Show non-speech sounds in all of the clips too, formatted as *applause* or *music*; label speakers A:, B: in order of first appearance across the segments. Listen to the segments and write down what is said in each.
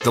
A: The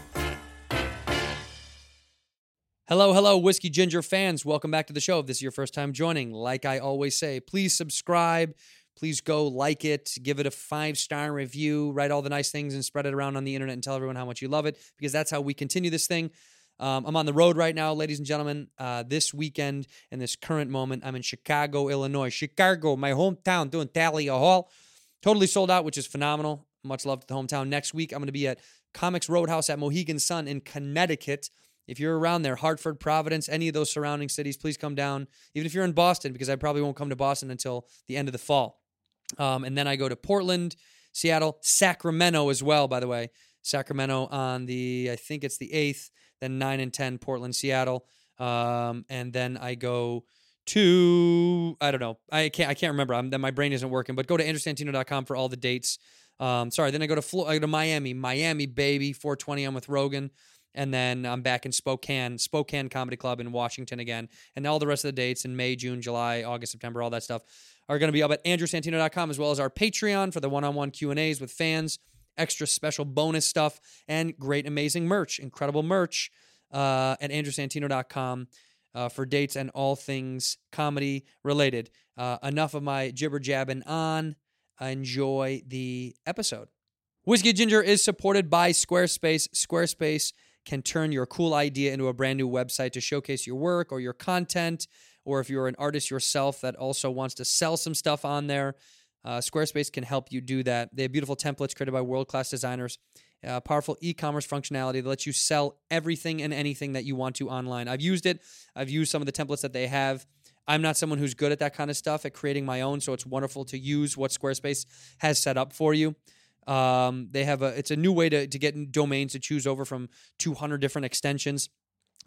B: Hello, hello, Whiskey Ginger fans. Welcome back to the show. If this is your first time joining, like I always say, please subscribe. Please go like it, give it a five star review, write all the nice things, and spread it around on the internet and tell everyone how much you love it because that's how we continue this thing. Um, I'm on the road right now, ladies and gentlemen. Uh, this weekend and this current moment, I'm in Chicago, Illinois. Chicago, my hometown, doing Thalia Hall. Totally sold out, which is phenomenal. Much love to the hometown. Next week, I'm going to be at Comics Roadhouse at Mohegan Sun in Connecticut. If you're around there, Hartford, Providence, any of those surrounding cities, please come down. Even if you're in Boston, because I probably won't come to Boston until the end of the fall. Um, and then I go to Portland, Seattle, Sacramento as well, by the way. Sacramento on the, I think it's the 8th, then 9 and 10, Portland, Seattle. Um, and then I go to, I don't know. I can't, I can't remember. I'm, my brain isn't working, but go to andersantino.com for all the dates. Um, sorry, then I go to Flo- I go to Miami, Miami baby, 420. I'm with Rogan, and then I'm back in Spokane, Spokane Comedy Club in Washington again, and all the rest of the dates in May, June, July, August, September, all that stuff are going to be up at andrewsantino.com as well as our Patreon for the one-on-one Q and A's with fans, extra special bonus stuff, and great amazing merch, incredible merch uh, at andrewsantino.com uh, for dates and all things comedy related. Uh, enough of my jibber jabbing on. Enjoy the episode. Whiskey Ginger is supported by Squarespace. Squarespace can turn your cool idea into a brand new website to showcase your work or your content, or if you're an artist yourself that also wants to sell some stuff on there, uh, Squarespace can help you do that. They have beautiful templates created by world class designers, uh, powerful e commerce functionality that lets you sell everything and anything that you want to online. I've used it, I've used some of the templates that they have. I'm not someone who's good at that kind of stuff, at creating my own, so it's wonderful to use what Squarespace has set up for you. Um, they have a it's a new way to, to get domains to choose over from 200 different extensions.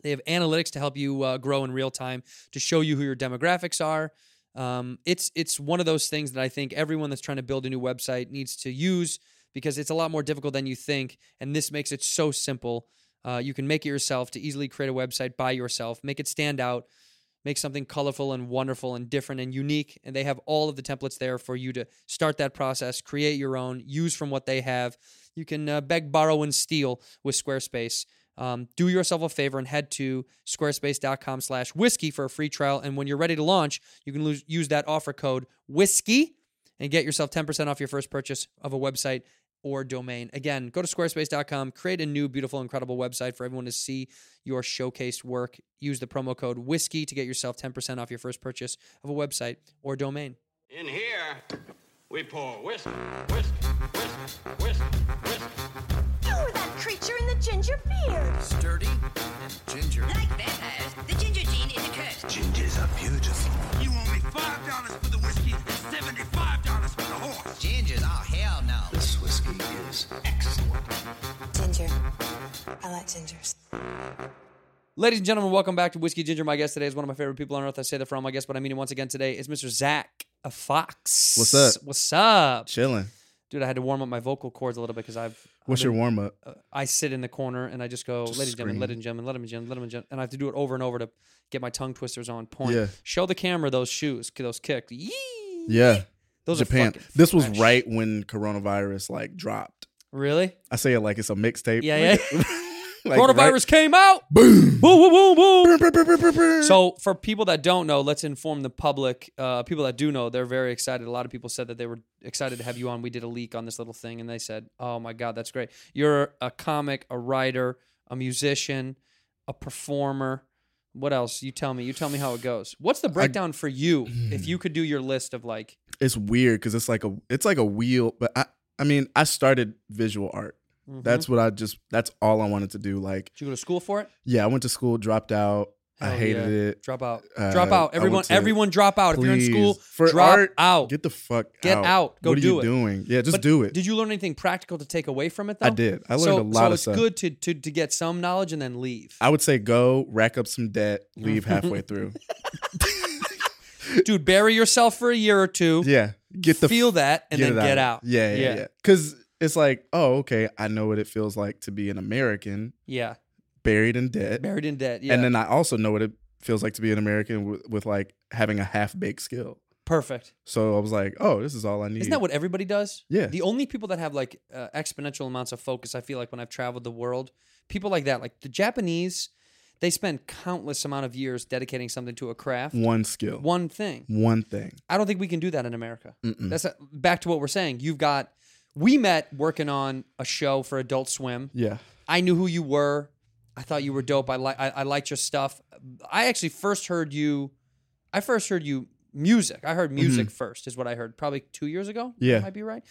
B: They have analytics to help you uh, grow in real time to show you who your demographics are. Um, it's it's one of those things that I think everyone that's trying to build a new website needs to use because it's a lot more difficult than you think, and this makes it so simple. Uh, you can make it yourself to easily create a website by yourself, make it stand out, make something colorful and wonderful and different and unique. And they have all of the templates there for you to start that process, create your own, use from what they have. You can uh, beg, borrow, and steal with Squarespace. Um, do yourself a favor and head to squarespace.com slash whiskey for a free trial. And when you're ready to launch, you can lose, use that offer code whiskey and get yourself 10% off your first purchase of a website or domain. Again, go to squarespace.com, create a new, beautiful, incredible website for everyone to see your showcased work. Use the promo code WHISKEY to get yourself 10% off your first purchase of a website or domain.
C: In here, we pour whisk, whisk, whisk, whisk, whisk.
D: You were that creature in the ginger beard.
E: sturdy and ginger.
F: Like vampires, the ginger gene is a curse.
E: Gingers are beautiful.
G: You owe me five dollars for the whiskey and seventy-five dollars for the horse.
F: Gingers? Oh, hell no.
E: This whiskey is excellent.
H: Ginger. I like gingers.
B: Ladies and gentlemen, welcome back to Whiskey Ginger. My guest today is one of my favorite people on earth. I say that for all my guests, but I mean it once again today. It's Mr. Zach a Fox.
I: What's up?
B: What's up?
I: Chilling.
B: Dude, I had to warm up my vocal cords a little bit because I've.
I: What's your warm up?
B: I sit in the corner and I just go, ladies and gentlemen,
I: scream.
B: ladies and gentlemen, ladies and gentlemen, ladies and gentlemen. And I have to do it over and over to get my tongue twisters on point.
I: Yeah.
B: Show the camera those shoes, those kicks. Yee!
I: Yeah.
B: Those are
I: Japan.
B: fucking
I: This was
B: fresh.
I: right when coronavirus like dropped.
B: Really?
I: I say it like it's a mixtape.
B: Yeah, yeah.
I: *laughs* Like,
B: Coronavirus
I: right-
B: came out. Boom. Boom, boom, boom, boom.
I: Brr, brr, brr, brr, brr.
B: So, for people that don't know, let's inform the public. Uh, people that do know, they're very excited. A lot of people said that they were excited to have you on. We did a leak on this little thing, and they said, "Oh my god, that's great! You're a comic, a writer, a musician, a performer. What else? You tell me. You tell me how it goes. What's the breakdown for
I: *clears throat*
B: you? If you could do your list of like,
I: it's weird because it's like a it's like a wheel. But I I mean I started visual art. That's what I just that's all I wanted to do. Like
B: mm-hmm. did you go to school for it?
I: yeah, I went to school, dropped out. I
B: Oh,
I: hated
B: yeah.
I: it.
B: Drop out.
I: Uh,
B: drop
I: I
B: out.
I: went
B: Everyone,
I: to-
B: everyone, drop out. If you're in
I: Please.
B: school,
I: For
B: drop
I: art,
B: out.
I: Get the fuck
B: Get out. Go
I: what
B: do
I: are you
B: it.
I: doing? Yeah, just
B: But
I: do it.
B: Did you learn anything practical to take away from it? though?
I: I did. I learned
B: so,
I: a lot
B: so
I: of
B: it's
I: stuff.
B: good to, to to get some knowledge and then leave.
I: I would say go rack up some debt,
B: *laughs*
I: leave halfway through.
B: Dude, bury yourself for a year or two.
I: Yeah, get the
B: feel that and then
I: it
B: get out.
I: Yeah, yeah, yeah. Because it's like, oh, okay, I know what it feels like to be an American
B: Yeah.
I: buried in debt,
B: Buried in debt. Yeah.
I: and then I also know what it feels like to be an American with, with like having a half baked skill.
B: perfect.
I: So I was like, oh, this is all I need.
B: Isn't that what everybody does?
I: Yeah.
B: The only people that have like uh, exponential amounts of focus, I feel like when I've traveled the world, people like that, like the Japanese, they spend countless amount of years dedicating something to a craft,
I: one skill, one,
B: one thing.
I: thing?
B: I don't think we can do that in America. That's a, back to what we're saying. You've got, we met working on a show for Adult Swim.
I: Yeah,
B: I knew who you were. I thought you were dope. I like I, I liked your stuff. I actually first heard you. I first heard you music. I heard music first is what I heard probably two years ago.
I: Mm-hmm. Yeah.
B: might be right.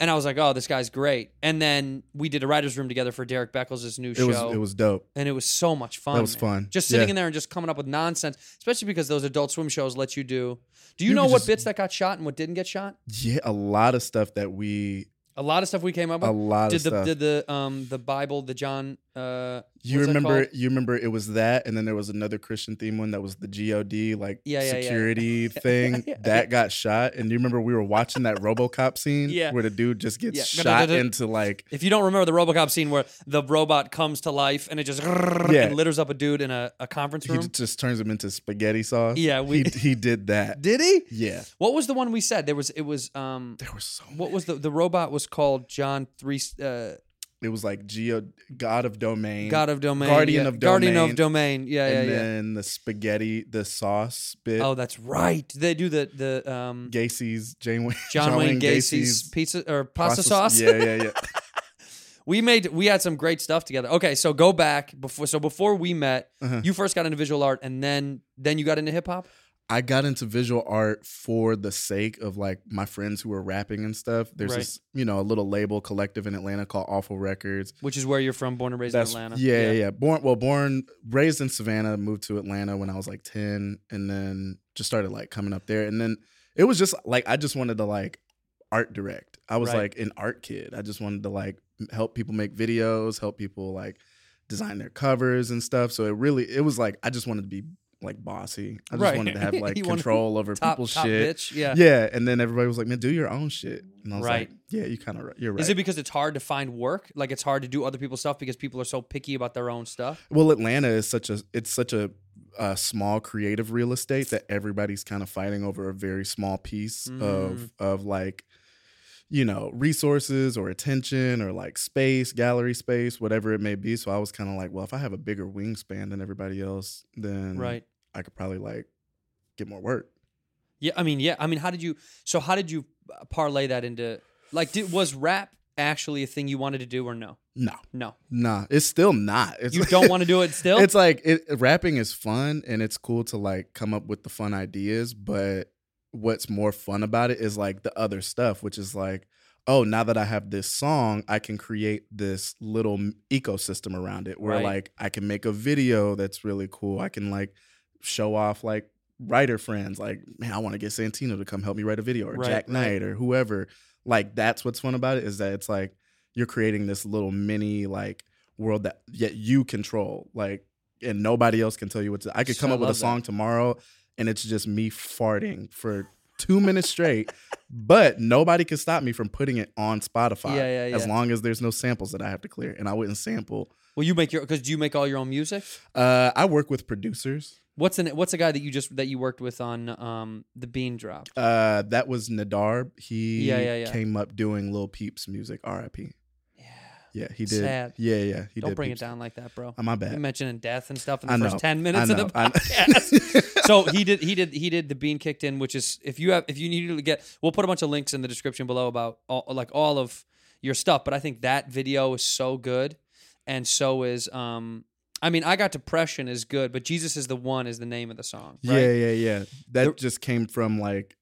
B: And I was like, oh, this guy's great. And then we did a writers' room together for Derek Beckles' new
I: it
B: show.
I: was it was dope.
B: and it was so much fun.
I: That was
B: man.
I: fun.
B: Just sitting
I: Yeah.
B: in there and just coming up with nonsense, especially because those Adult Swim shows let you do. Do you,
I: You
B: know
I: could
B: what
I: just-
B: bits that got shot and what didn't get shot?
I: Yeah, a lot of stuff that we
B: A lot of stuff we came up with.
I: a lot
B: did
I: of
B: the
I: stuff.
B: did the um the Bible the John uh
I: you
B: what's that
I: remember
B: called?
I: you remember it was that and then there was another Christian theme one that was the God like
B: Yeah, *laughs* yeah, yeah, yeah.
I: security thing that got shot and you remember we were watching that RoboCop scene
B: Yeah.
I: where the dude just gets
B: Yeah. *laughs*
I: shot into like
B: If you don't remember the RoboCop scene where the robot comes to life and it just
I: Yeah.
B: and litters up a dude in a, a conference
I: he
B: room.
I: just turns him into spaghetti sauce.
B: Um, Yeah, we-
I: he, he did that.
B: Did he?
I: Yeah.
B: What was the one we said? There was it was um
I: There was so
B: what was the the robot was called John three uh
I: it was like Geo God of Domain,
B: God of Domain
I: Guardian
B: yeah.
I: of Domain,
B: Guardian of Domain yeah yeah
I: and
B: yeah.
I: then the spaghetti, the sauce bit.
B: oh, that's right. They do the the um
I: Gacy's Jane Wayne,
B: John, Wayne Gacy's, pizza or pasta sauce.
I: Yeah, yeah, yeah.
B: *laughs* We made we had some great stuff together. Okay, so go back before so before we met,
I: Uh-huh.
B: you first got into visual art and then then you got into hip hop.
I: I got into visual art for the sake of like my friends who were rapping and stuff. There's
B: Right.
I: this, you know, a little label collective in Atlanta called Awful Records.
B: Which is where you're from, born and raised in Atlanta.
I: Yeah, yeah, yeah. Born well, born raised in Savannah, moved to Atlanta when I was like 10 and then just started like coming up there and then it was just like I just wanted to like art direct. I was
B: Right.
I: like an art kid. I just wanted to like m- help people make videos, help people like design their covers and stuff. So it really it was like I just wanted to be like bossy. I just
B: Right.
I: wanted to
B: *laughs*
I: have like
B: You wanted-
I: control over
B: Top,
I: people's
B: top
I: shit.
B: bitch. Yeah.
I: Yeah, and then everybody was like, "Man, do your own shit." And I was
B: Right.
I: like, "Yeah, you kind of you're right."
B: Is it because it's hard to find work? Like it's hard to do other people's stuff because people are so picky about their own stuff.
I: Well, Atlanta is such a it's such a, uh small creative real estate that everybody's kind of fighting over a very small piece
B: Mm.
I: of of like you know resources or attention or like space gallery space whatever it may be so i was kind of like well if i have a bigger wingspan than everybody else then
B: Right.
I: i could probably like get more work
B: Yeah. I mean, yeah. I mean, how did you? So how did you uh, parlay that into like? Did, was rap actually a thing you wanted to do or no?
I: no
B: No,
I: nah it's still not it's
B: you don't want to do it still.
I: *laughs* It's like it, rapping is fun and it's cool to like come up with the fun ideas, but what's more fun about it is like the other stuff, which is like, oh, now that I have this song, I can create this little m- ecosystem around it where
B: Right.
I: like I can make a video that's really cool. I can like show off like writer friends, like, man, I want to get Santino to come help me write a video or
B: Right,
I: Jack Knight or whoever. Like that's what's fun about it is that it's like you're creating this little mini like world that yet you control like and nobody else can tell you what to i could come
B: I
I: up with a
B: love that.
I: song tomorrow and it's just me farting for two minutes straight but nobody can stop me from putting it on spotify
B: Yeah, yeah,
I: as
B: yeah.
I: long as there's no samples that i have to clear and i wouldn't sample
B: well, you make your because do you make all your own music?
I: uh, i work with producers
B: What's an What's a guy that you just that you worked with on um the Bean Drop?
I: uh, that was Nadarb. He
B: Yeah, yeah, yeah.
I: came up doing Lil Peep's music, RIP. Yeah. Yeah, he did.
B: Sad.
I: Yeah, yeah. He
B: Don't
I: did
B: bring
I: Peep's.
B: it down like that, bro.
I: Uh, my bad.
B: You mentioning death and stuff in the
I: I
B: first
I: know.
B: ten minutes
I: I
B: of the
I: know. I know.
B: podcast. so he did. He did. He did the bean kicked in, which is if you have if you need to get, we'll put a bunch of links in the description below about all, like all of your stuff. But I think that video is so good, and so is um. I mean, I got depression is good, but Jesus is the one is the name of the song. Right?
I: Yeah, yeah, yeah. That
B: The-
I: just came from like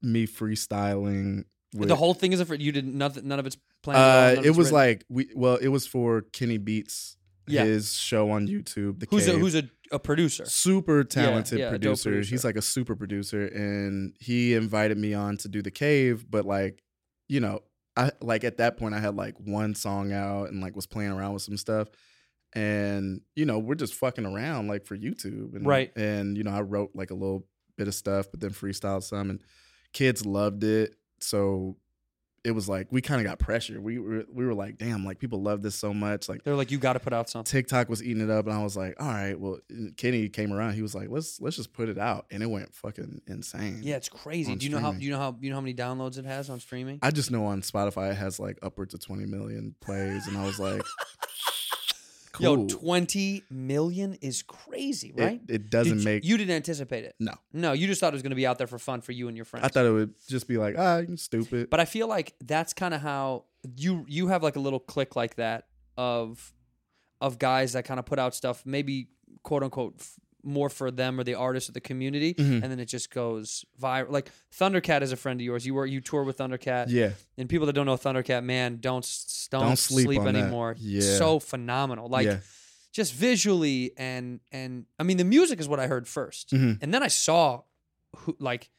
I: me freestyling. With,
B: The whole thing is a fr- you did nothing. None of it's planned. at all,
I: Uh,
B: none of
I: it
B: it's
I: was
B: written.
I: like we well, it was for Kenny Beats
B: Yeah.
I: his show on YouTube. The
B: Who's a
I: Cave.
B: who's a, a producer?
I: super talented
B: yeah, a dope
I: producer. He's
B: producer.
I: like a super producer, and he invited me on to do the cave. But like, you know, I like at that point I had like one song out and like was playing around with some stuff, and you know we're just fucking around like for YouTube, and,
B: Right.
I: And you know I wrote like a little bit of stuff, but then freestyled some, and kids loved it. So it was like we kind of got pressure. We were we were like, damn, like people love this so much, like.
B: They're like, you got to put out something.
I: TikTok was eating it up, and I was like, "All right, well." uh, Kenny came around. He was like, "Let's let's just put it out," and it went fucking insane.
B: Yeah, it's crazy.
I: on
B: Do you know how? Do
I: streaming.
B: you know how? You know how many downloads it has on streaming?
I: I just know on Spotify it has like upwards of twenty million plays, and I was like,
B: Yo,
I: "Cool."
B: twenty million is crazy,
I: It-
B: right?
I: It, doesn't
B: Did you-
I: make
B: you didn't anticipate it.
I: no.
B: No, you just thought it was going to be out there for fun for you and your friends.
I: I thought it would just be like, "Ah, you stupid."
B: But I feel like that's kind of how you you have like a little click like that of of guys that kind of put out stuff maybe quote unquote f- more for them or the artist or the community and
I: Mm-hmm.
B: then it just goes viral like Thundercat is a friend of yours you were you tour with Thundercat
I: yeah,
B: and people that don't know Thundercat man don't s- don't,
I: Don't
B: sleep,
I: sleep on that.
B: anymore
I: Yeah.
B: so phenomenal like
I: yeah,
B: just visually and and I mean the music is what I heard 1st
I: Mhm.
B: and then I saw who like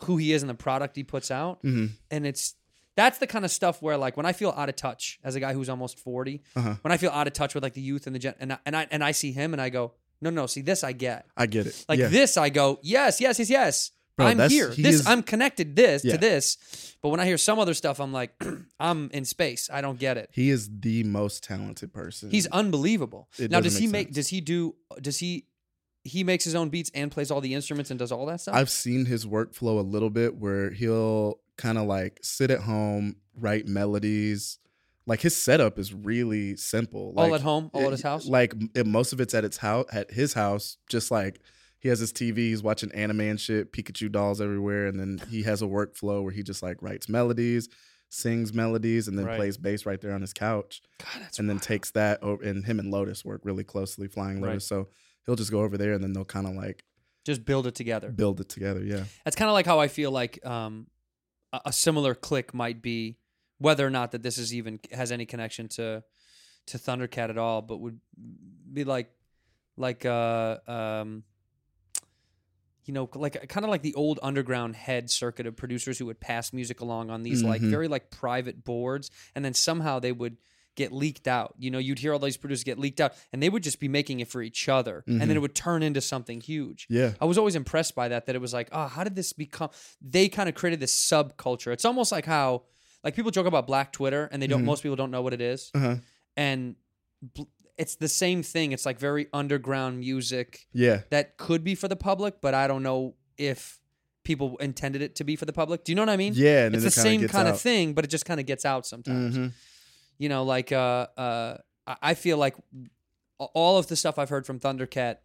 B: who he is and the product he puts out
I: hmm
B: and it's that's the kind of stuff where like when I feel out of touch as a guy who's almost 40
I: Uh-huh.
B: when I feel out of touch with like the youth and the gen and I, and I and I see him and I go no no see this I get
I: I get it.
B: like
I: yeah.
B: this I go yes yes yes yes
I: Bro,
B: I'm
I: that's-
B: here
I: he
B: this
I: is-
B: I'm connected this
I: Yeah.
B: to this but when I hear some other stuff I'm like *clears throat* I'm in space I don't get it
I: he is the most talented person.
B: He's unbelievable.
I: Mm. It
B: now,
I: doesn't
B: does he
I: make
B: make?
I: sense.
B: Does he do? Does he? He makes his own beats and plays all the instruments and does all that stuff.
I: I've seen his workflow a little bit where he'll kind of like sit at home, write melodies. Like his setup is really simple.
B: All
I: Like,
B: at home? All at
I: it-
B: his house?
I: Like m- it, most of it's at its house, at his house. Just like he has his TV, he's watching anime and shit, Pikachu dolls everywhere, and then he has a workflow where he just like writes melodies, sings melodies, and then
B: Right.
I: plays bass right there on his couch
B: God, that's
I: and then
B: wild.
I: takes that over and him and Lotus work really closely, flying
B: Right.
I: Lotus. So he'll just go over there and then they'll kind of like
B: just build it together.
I: build it together. Yeah.
B: That's kind of like how I feel like um, a, a similar click might be, whether or not that this is even has any connection to to Thundercat at all, but would be like like uh um you know like kind of like the old underground head circuit of producers who would pass music along on these like
I: Mhm.
B: very like private boards and then somehow they would get leaked out you know you'd hear all these producers get leaked out and they would just be making it for each other and then it would turn into something huge
I: Yeah.
B: I was always impressed by that. That it was like, oh, how did this become? They kind of created this subculture. It's almost like how, like people joke about Black Twitter, and they don't. Most people don't know what it is.
I: Mm-hmm. Uh-huh.
B: and bl- it's the same thing. It's like very underground music
I: Yeah.
B: that could be for the public, but I don't know if people intended it to be for the public. Do you know what I mean?
I: Yeah, and
B: it's
I: then
B: the
I: it kinda
B: same
I: gets
B: kind of
I: out.
B: thing, but it just kind of gets out sometimes.
I: Mhm.
B: You know, like uh, uh, I I feel like a- all of the stuff I've heard from Thundercat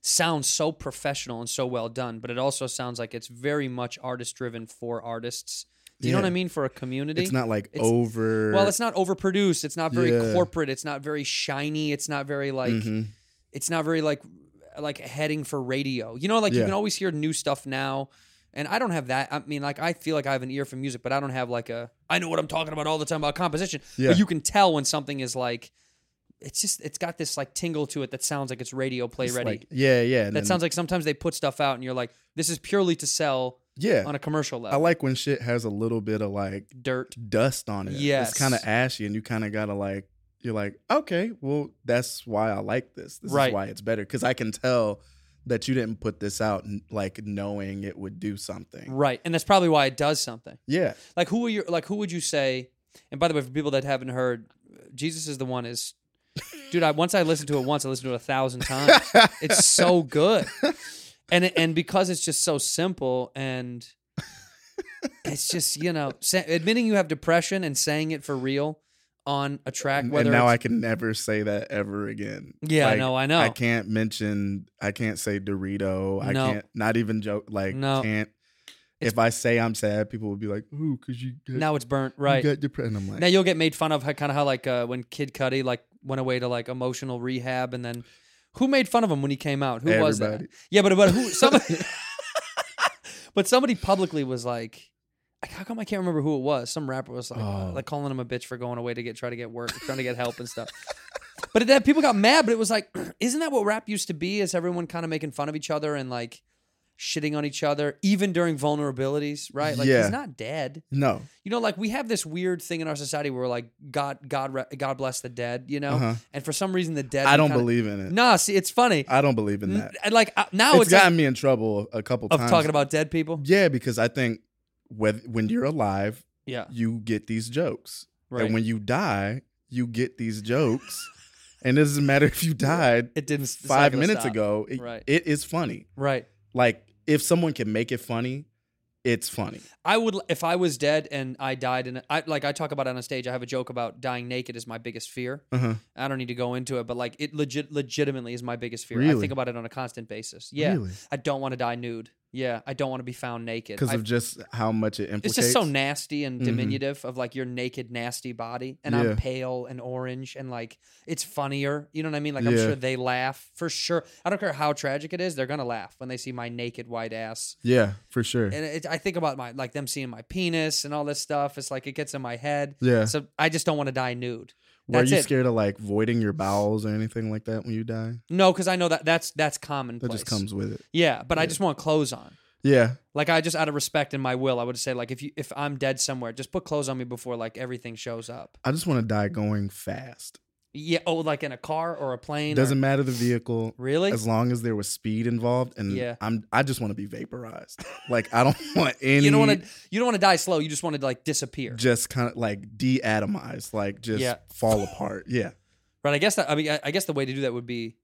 B: sounds so professional and so well done, but it also sounds like it's very much artist driven for artists. Do you know what I
I: Yeah.
B: mean? For a community,
I: It's not like
B: It's-
I: over.
B: well, it's not overproduced. It's not very
I: Yeah.
B: corporate. It's not very shiny. It's not very like
I: Mhm.
B: it's not very like like heading for radio. You know, like you
I: Yeah.
B: can always hear new stuff now. And I don't have that. I mean, like I feel like I have an ear for music, but I don't have like a I know what I'm talking about all the time about composition.
I: Yeah.
B: But you can tell when something is like it's just it's got this like tingle to it that sounds like it's radio play
I: It's
B: ready.
I: like- yeah, yeah. and
B: that
I: then-
B: sounds like sometimes they put stuff out and you're like, this is purely to sell
I: yeah.
B: on a commercial
I: I
B: level.
I: like when shit has a little bit of like
B: dirt.
I: dust on it.
B: Yes.
I: it's kind of ashy, and you kind of gotta like you're like, okay, well, that's why I like this. This
B: Right.
I: is why it's better because I can tell that you didn't put this out n- like knowing it would do something.
B: Right. And that's probably why it does something.
I: Yeah,
B: Like who are your like who would you say? And by the way, for people that haven't heard, Jesus is the one is, dude. I once I listened to it once, I listened to it a thousand times. it's so good, and it- and because it's just so simple and. It's just you know sa- admitting you have depression and saying it for real on a track. Whether
I: and now I
B: it's-
I: can never say that ever again.
B: Yeah, I know, I know.
I: I can't mention. I can't say Dorito. I
B: No.
I: can't. Not even joke. Like
B: No.
I: can't.
B: It's-
I: if I say I'm sad, people will be like, "Ooh, cause you got,
B: now it's burnt
I: you
B: right.
I: got depressed." And I'm like,
B: now you'll get made fun of how, kind of how like uh, when Kid Cudi like went away to like emotional rehab and then who made fun of him when he came out? Who was that?
I: Everybody.
B: Yeah, but but
I: *laughs*
B: who somebody *laughs* But somebody publicly was like like, how come I can't remember who it was? Some rapper was like, uh,
I: Oh.
B: like calling him a bitch for going away to get try to get work, trying to get help and stuff. *laughs* But then people got mad, but it was like, *clears throat* isn't that what rap used to be? Is everyone kind of making fun of each other and like shitting on each other, even during vulnerabilities, right? Like
I: Yeah.
B: he's not dead.
I: No.
B: You know, like we have this weird thing in our society where like God, God, re- God bless the dead. You know,
I: Uh-huh.
B: and for some reason the dead.
I: I
B: we
I: don't
B: kinda-
I: believe in it.
B: Nah, see, it's funny.
I: I don't believe in that.
B: And like uh, now
I: it's,
B: it's,
I: gotten
B: like,
I: me in trouble a couple
B: of
I: times.
B: talking about dead people.
I: Yeah, because I think whether, when you're alive,
B: Yeah,
I: you get these jokes.
B: right.
I: And when you die, you get these jokes. and it doesn't
B: *laughs*
I: matter if you died
B: it didn't it's not
I: five
B: gonna
I: minutes
B: stop.
I: ago, it-
B: Right.
I: it is funny.
B: Right.
I: Like, if someone can make it funny, it's funny.
B: I would if I was dead and I died and I like I talk about it on a stage. I have a joke about dying naked is my biggest fear.
I: Uh-huh.
B: I don't need to go into it, but like it legit legitimately is my biggest fear. I
I: Really?
B: think about it on a constant basis. Yeah,
I: Really?
B: I don't want to die nude. Yeah, I don't want to be found naked.
I: Because
B: I-
I: of just how much it
B: it's
I: implicates.
B: just so nasty and
I: Mhm.
B: diminutive of like your naked nasty body, and
I: Yeah.
B: I'm pale and orange, and like it's funnier. You know what I mean? Like I'm
I: Yeah.
B: sure they laugh for sure. I don't care how tragic it is; they're gonna laugh when they see my naked white ass
I: Yeah, for sure.
B: and it, I think about my like them seeing my penis and all this stuff. It's like it gets in my head.
I: Yeah.
B: So I just don't want to die nude.
I: Were
B: That's
I: you
B: it.
I: scared of like voiding your bowels or anything like that when you die?
B: No, because I know that that's that's common.
I: That just comes with it.
B: Yeah, but I just want clothes on.
I: Yeah.
B: Like I just out of respect and my will, I would say like if you if I'm dead somewhere, just put clothes on me before like everything shows up.
I: I just want to die going fast.
B: Yeah. Oh, like in a car or a plane. or-
I: Doesn't matter the vehicle.
B: Really?
I: As long as there was speed involved and
B: Yeah.
I: I'm I just want to be vaporized. like I don't want
B: *laughs*
I: any
B: you don't want to. You don't want to die slow. You just want to like disappear.
I: just kind of like deatomized, like just
B: Yeah.
I: fall apart. Yeah.
B: right. I guess that. I mean, I, I guess the way to do that would be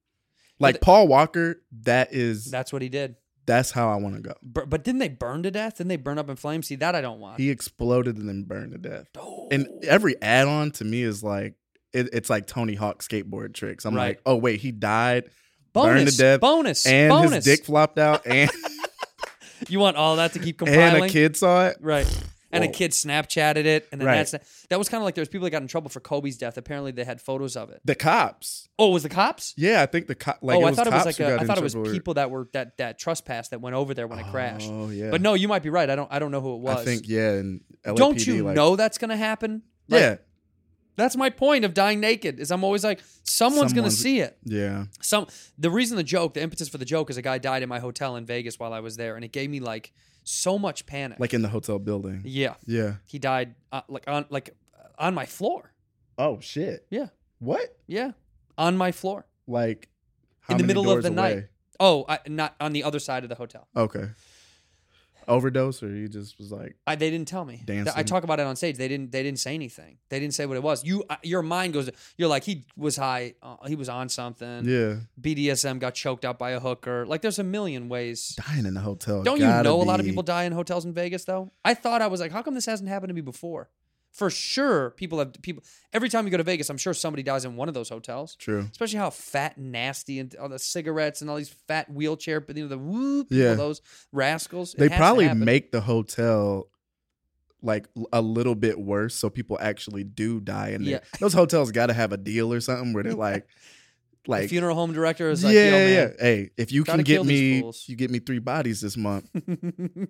I: Like Paul Walker, that is
B: that's what he did.
I: that's how I want to go.
B: Bur- but didn't they burn to death? Didn't they burn up in flames? See, that I don't want. *gasps*
I: He exploded and then burned to death. And
B: Oh.
I: every add on to me is like, it, it's like Tony Hawk skateboard tricks. I'm
B: Right.
I: like, oh, wait, he died,
B: bonus.
I: burned to death,
B: Bonus.
I: and
B: bonus.
I: his dick
B: *laughs*
I: flopped out, and,
B: You want all that to keep compiling,
I: *laughs* and a kid saw it.
B: right? And a
I: Whoa.
B: kid Snapchatted it, and then
I: Right.
B: that's that was kind of like there was people that got in trouble for Kobe's death. Apparently, they had photos of it.
I: The cops.
B: Oh, it was the cops?
I: Yeah, I think the cop, like,
B: oh,
I: it
B: I
I: was
B: thought it was
I: cops
B: like
I: who
B: a,
I: got
B: I
I: in
B: thought it was
I: trouble.
B: people that were that that trespass that went over there when it crashed.
I: Oh, yeah.
B: But no, you might be right. I don't I don't know who it was.
I: I think, yeah. And LAPD,
B: don't you
I: like,
B: know that's gonna happen? Like,
I: Yeah.
B: that's my point of dying naked. Is I'm always like someone's gonna
I: Someone's-
B: see it.
I: Yeah.
B: some the reason the joke the impetus for the joke is a guy died in my hotel in vegas while i was there and it gave me like so much panic
I: Like in the hotel building.
B: yeah
I: Yeah.
B: he died uh, like on like uh, on my floor
I: Oh, shit.
B: yeah
I: What?
B: yeah on my floor
I: Like, how
B: in the
I: many
B: middle of
I: doors
B: the night
I: away?
B: oh I, not on the other side of the hotel
I: Okay. Overdose, or you just was like,
B: I, they didn't tell me. Th- I
I: Dancing.
B: talk about it on stage. They didn't. They didn't say anything. They didn't say what it was. You, uh, your mind goes. You're like he was high. Uh, he was on something.
I: yeah.
B: BDSM got choked out by a hooker. Like there's a million ways.
I: dying in the hotel.
B: Don't you
I: gotta
B: know a lot of
I: be-
B: people die in hotels in Vegas though? I thought I was like, how come this hasn't happened to me before? For sure, people have people. Every time you go to Vegas, I'm sure somebody dies in one of those hotels.
I: True.
B: Especially how fat and nasty and all the cigarettes and all these fat wheelchair, but you know the whoop,
I: Yeah.
B: people, those rascals. It
I: They
B: has to
I: probably
B: happen.
I: make the hotel like l- a little bit worse, so people actually do die in there.
B: Yeah.
I: Those hotels got to have a deal or
B: *laughs*
I: something where they're like,
B: the
I: like.
B: funeral home director is
I: yeah,
B: like,
I: yeah, yeah.
B: Yo,
I: Hey, if you
B: Gotta
I: can
B: kill
I: get
B: these
I: me,
B: fools.
I: you get me three bodies this
B: *laughs*
I: month.
B: man.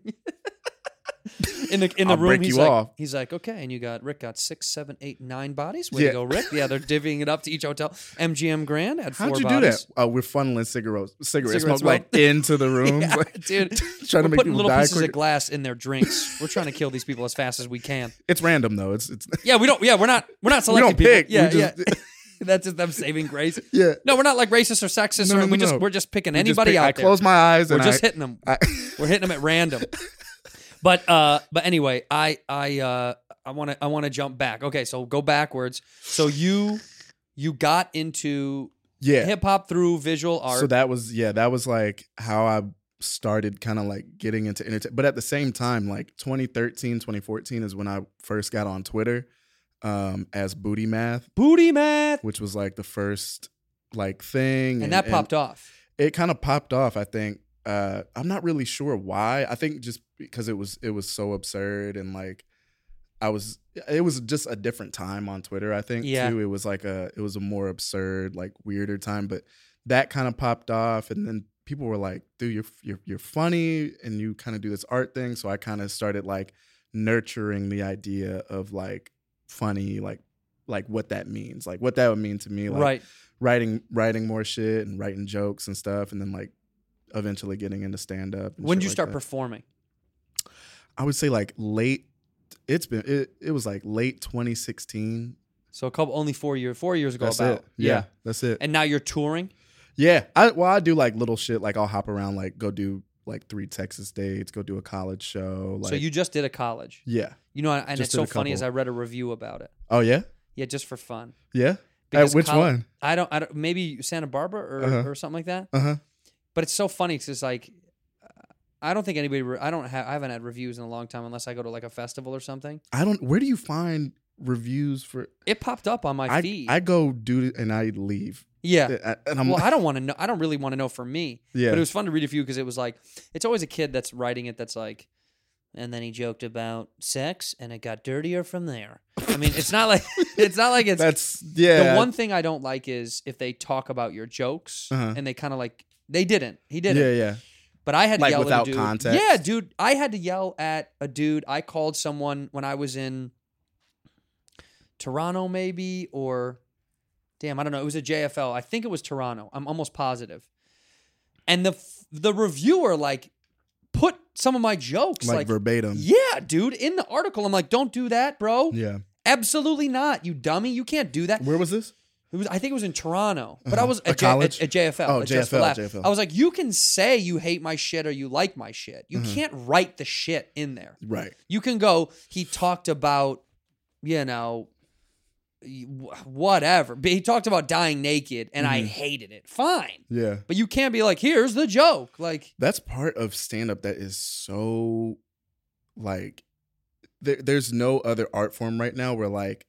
B: in the in the
I: I'll
B: room,
I: break
B: he's
I: you
B: like,
I: off.
B: he's like, okay, and you got Rick got six, seven, eight, nine bodies. Way
I: Yeah.
B: to go, Rick. Yeah, they're divvying it up to each hotel. MGM Grand had four
I: How'd you do
B: bodies.
I: that? Oh, we're funneling cigarettes, cigarette
B: Cigarette
I: smoke like
B: smoke. *laughs*
I: into the room,
B: Yeah,
I: like,
B: *laughs* dude.
I: *laughs*
B: We're
I: trying to make
B: putting
I: people
B: little
I: die
B: pieces
I: quicker.
B: of glass in their drinks. We're trying to kill these people as fast as we can.
I: It's random though. It's it's
B: Yeah, we don't. Yeah, we're not. We're not
I: we
B: selecting
I: don't pick.
B: people. Yeah,
I: we just,
B: yeah. *laughs* That's just them saving grace.
I: Yeah.
B: No, we're not like racist or sexist.
I: *laughs* No,
B: or,
I: no,
B: we just
I: no.
B: we're just picking
I: we just
B: anybody
I: pick-
B: out
I: I
B: there.
I: close my eyes
B: we're
I: and
B: just
I: I,
B: hitting them.
I: I- *laughs*
B: We're hitting them at random. But uh, but anyway, I I uh, I want to I want to jump back. Okay, so go backwards. So you you got into
I: yeah.
B: hip hop through visual art.
I: So that was yeah, that was like how I started kind of like getting into entertainment. But at the same time, like 2013, 2014 is when I first got on Twitter um as Booty Math,
B: booty math,
I: which was like the first like thing.
B: and that popped off.
I: It kind of popped off, I think. Uh I'm not really sure why. I think just because it was it was so absurd and like I was it was just a different time on Twitter, I think
B: Yeah.
I: too. It was like a it was a more absurd, like weirder time, but that kind of popped off and then people were like, "Dude, you're you're you're funny and you kind of do this art thing." So I kind of started like nurturing the idea of like funny like like what that means, like what that would mean to me, like
B: right.
I: writing writing more shit and writing jokes and stuff, and then like eventually getting into stand up.
B: When did you start performing?
I: I would say like late. It's been it. It was like late 2016.
B: So a couple only four year four years ago
I: That's
B: about
I: it. Yeah, that's it.
B: And now you're touring.
I: yeah. I well, I do like little shit. Like I'll hop around, like go do like three Texas dates, go do a college show. Like,
B: so you just did a college.
I: yeah.
B: You know, and
I: Just
B: it's
I: did
B: so
I: a
B: funny as I
I: couple.
B: read a review about it.
I: Oh yeah,
B: Yeah, just for fun.
I: yeah. At
B: Because
I: which
B: colle-
I: one?
B: I don't. I don't. Maybe Santa Barbara or,
I: Uh-huh.
B: or something like that.
I: Uh huh.
B: But it's so funny because it's like, I don't think anybody. Re- I don't have. I haven't had reviews in a long time unless I go to like a festival or something.
I: I don't. Where do you find reviews for?
B: It popped up on my
I: I
B: feed.
I: I go do it and I leave.
B: yeah.
I: I- and I'm
B: well, I don't want to know. I don't really want to know for me.
I: Yeah.
B: But it was fun to read a few because it was like, it's always a kid that's writing it that's like, and then he joked about sex and it got dirtier from there. I mean, it's not
I: *laughs*
B: like, it's not like it's.
I: that's yeah.
B: The one thing I don't like is if they talk about your jokes
I: Uh-huh.
B: and they kind of like, they didn't. He
I: yeah,
B: didn't.
I: yeah.
B: But I had to
I: Like,
B: yell at
I: without
B: a dude.
I: context?
B: Yeah, dude, I had to yell at a dude. I called someone when I was in Toronto, maybe or damn, I don't know. It was a JFL. I think it was Toronto. I'm almost positive. And the f- the reviewer like put some of my jokes
I: Like,
B: like,
I: verbatim.
B: yeah, dude, in the article. I'm like, don't do that, bro.
I: Yeah.
B: Absolutely not, you dummy. You can't do that.
I: Where was this?
B: It was, I think it was in Toronto, but I was
I: Mm-hmm. A
B: at, J- at,
I: college?
B: at JFL.
I: Oh,
B: at Just for
I: JFL,
B: Laughs.
I: JFL.
B: I was like, you can say you hate my shit or you like my shit. You
I: Mm-hmm.
B: can't write the shit in there.
I: Right.
B: You can go. He talked about, you know, y- wh- whatever. But he talked about dying naked, and
I: Mm-hmm.
B: I hated it. Fine,
I: Yeah.
B: but you can't be like, here's the joke. Like,
I: That's part of stand up that is so like there, there's no other art form right now where like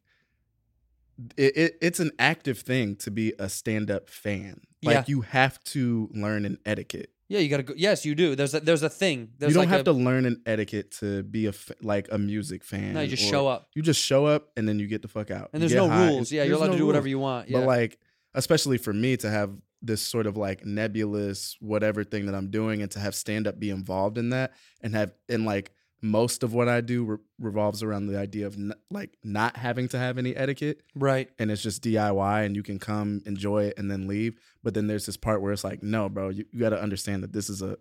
I: it, it it's an active thing to be a stand up fan. Like
B: Yeah.
I: you have to learn an etiquette.
B: yeah, you gotta go. Yes, you do. There's a, there's a thing. There's
I: you don't
B: like
I: have
B: a,
I: to learn an etiquette to be a f- like a music fan.
B: No, you just
I: or-
B: show up,
I: You just show up and then you get the fuck out.
B: and
I: You
B: there's
I: get
B: no
I: high.
B: rules. Yeah, you're
I: There's
B: allowed
I: no
B: to do whatever
I: rules.
B: you want. Yeah.
I: But like, especially for me to have this sort of like nebulous whatever thing that I'm doing, and to have stand up be involved in that, and have and like most of what I do re- revolves around the idea of n- like not having to have any etiquette,
B: right.
I: and it's just DIY, and you can come enjoy it and then leave. But then there's this part where it's like, no, bro, you, you got to understand that this is a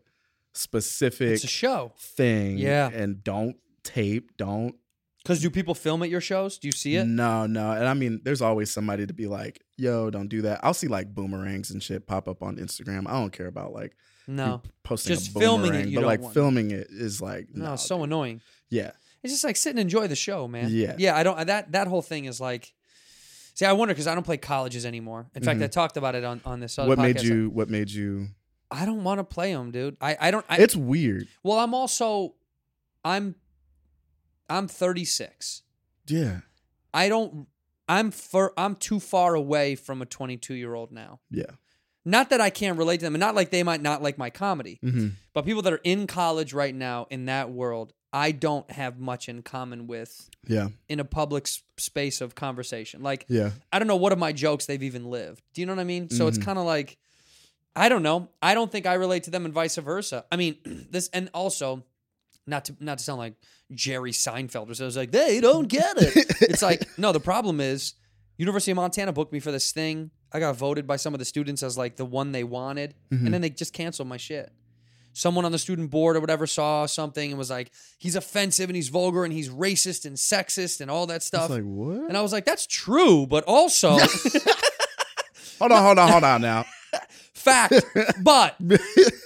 I: specific
B: It's a show.
I: thing,
B: Yeah.
I: and don't tape, don't
B: Because do people film at your shows? Do you see it?
I: no, no. And I mean, there's always somebody to be like, yo, don't do that. I'll see like boomerangs and shit pop up on Instagram. I don't care about like you
B: No.
I: posting
B: Just
I: a
B: filming it,
I: boomerang,
B: you
I: but
B: don't
I: like
B: want.
I: filming it is like
B: No,
I: no,
B: it's so annoying.
I: yeah,
B: It's just like sit and enjoy the show, man.
I: Yeah.
B: Yeah, I don't that that whole thing is like See, I wonder because I don't play colleges anymore. In fact, I talked about it on, on this other
I: Mm-hmm. what made
B: podcast.
I: you? What made you?
B: I don't want to play them, dude. I, I don't I,
I: it's weird.
B: well, I'm also I'm I'm 36.
I: Yeah,
B: I don't I'm for I'm too far away from a 22-year-old now.
I: yeah,
B: Not that I can't relate to them, and not like they might not like my comedy.
I: hmm
B: But people that are in college right now in that world, I don't have much in common with
I: yeah,
B: in a public s- space of conversation. Like,
I: yeah.
B: I don't know what of my jokes they've even lived. Do you know what I mean? So
I: Mm-hmm.
B: it's kind of like, I don't know. I don't think I relate to them, and vice versa. I mean, *clears throat* this and also, not to not to sound like Jerry Seinfeld or so. It's like they don't get
I: *laughs*
B: it. it's like no. The problem is, University of Montana booked me for this thing. I got voted by some of the students as like the one they wanted,
I: Mm-hmm.
B: and then they just canceled my shit. Someone on the student board or whatever saw something and was like, "He's offensive and he's vulgar and he's racist and sexist and all that stuff."
I: It's like what?
B: And I was like, that's true, but
I: *laughs*
B: also
I: hold on, hold on, hold
B: *laughs*
I: on. Now,
B: fact.
I: *laughs*
B: But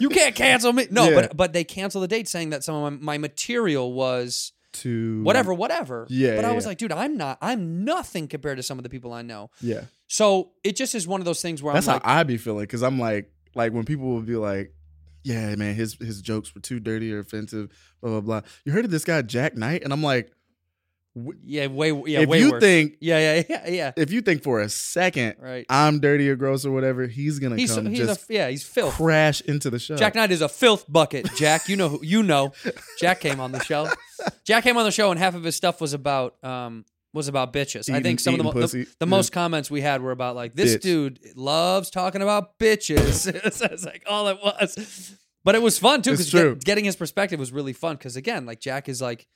B: you can't cancel me. No,
I: Yeah.
B: but but they canceled the date saying that some of my, my material was
I: to
B: whatever, whatever.
I: Mm. Yeah,
B: But I
I: yeah,
B: was
I: yeah.
B: like, dude, I'm not, I'm nothing compared to some of the people I know.
I: Yeah,
B: So it just is one of those things where
I: that's
B: I'm like,
I: how I be feeling because I'm like, like when people will be like, "Yeah, man, his his jokes were too dirty or offensive," blah blah blah. You heard of this guy Jack Knight, and I'm like,
B: yeah, way, yeah,
I: if
B: way
I: you
B: worse.
I: think
B: yeah, yeah, yeah, yeah.
I: if you think for a second
B: Right.
I: I'm dirty or gross or whatever, he's gonna
B: He's
I: come
B: he's a,
I: just
B: yeah, he's filth.
I: crash into the
B: *laughs*
I: show.
B: Jack Knight is a filth bucket. Jack, you know who you know. Jack came on the show. Jack came on the show, and half of his stuff was about um was about bitches. I
I: Eating-
B: think some of the,
I: eating
B: mo- the,
I: pussy.
B: the most comments we had were about like this
I: Bitch.
B: dude loves talking about bitches. *laughs* That's like all it was. But it was fun too
I: It's
B: because
I: true.
B: getting his perspective was really fun because again, like Jack is like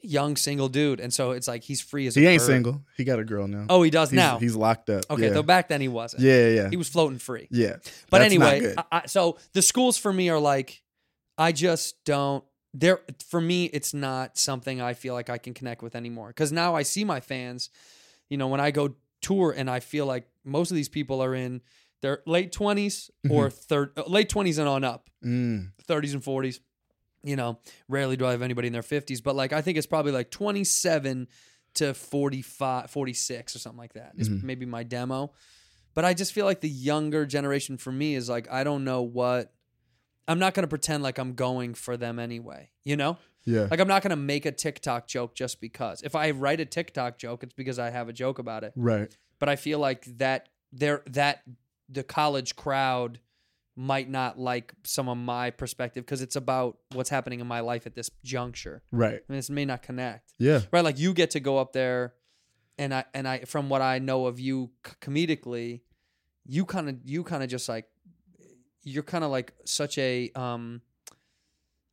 B: young single dude, and so it's like he's free as a
I: He ain't
B: bird.
I: single. He got a girl now.
B: Oh, he does
I: he's,
B: now.
I: He's locked up.
B: okay,
I: yeah.
B: though back then he wasn't.
I: yeah, yeah, yeah.
B: he was floating free.
I: yeah.
B: But
I: That's not
B: anyway,
I: good.
B: I, I, so the schools for me are like, I just don't. There for me, it's not something I feel like I can connect with anymore. Because now I see my fans. You know, when I go tour, and I feel like most of these people are in their late twenties or
I: Mm-hmm.
B: third, late twenties and on up,
I: Mm.
B: thirties and forties. You know, rarely do I have anybody in their fifties. But like, I think it's probably like twenty-seven to 45 46 or something like that is maybe my demo but I just feel like the younger generation for me is like I don't know what I'm not going to pretend like I'm going for them anyway, you know?
I: Yeah.
B: Like I'm not going to make a TikTok joke just because. If I write a TikTok joke, it's because I have a joke about it.
I: right.
B: But I feel like that there that the college crowd might not like some of my perspective because it's about what's happening in my life at this juncture.
I: Right.
B: I mean, this may not connect
I: Yeah.
B: right like you get to go up there and i and i from what i know of you c- comedically you kind of you kind of just like you're kind of like such a um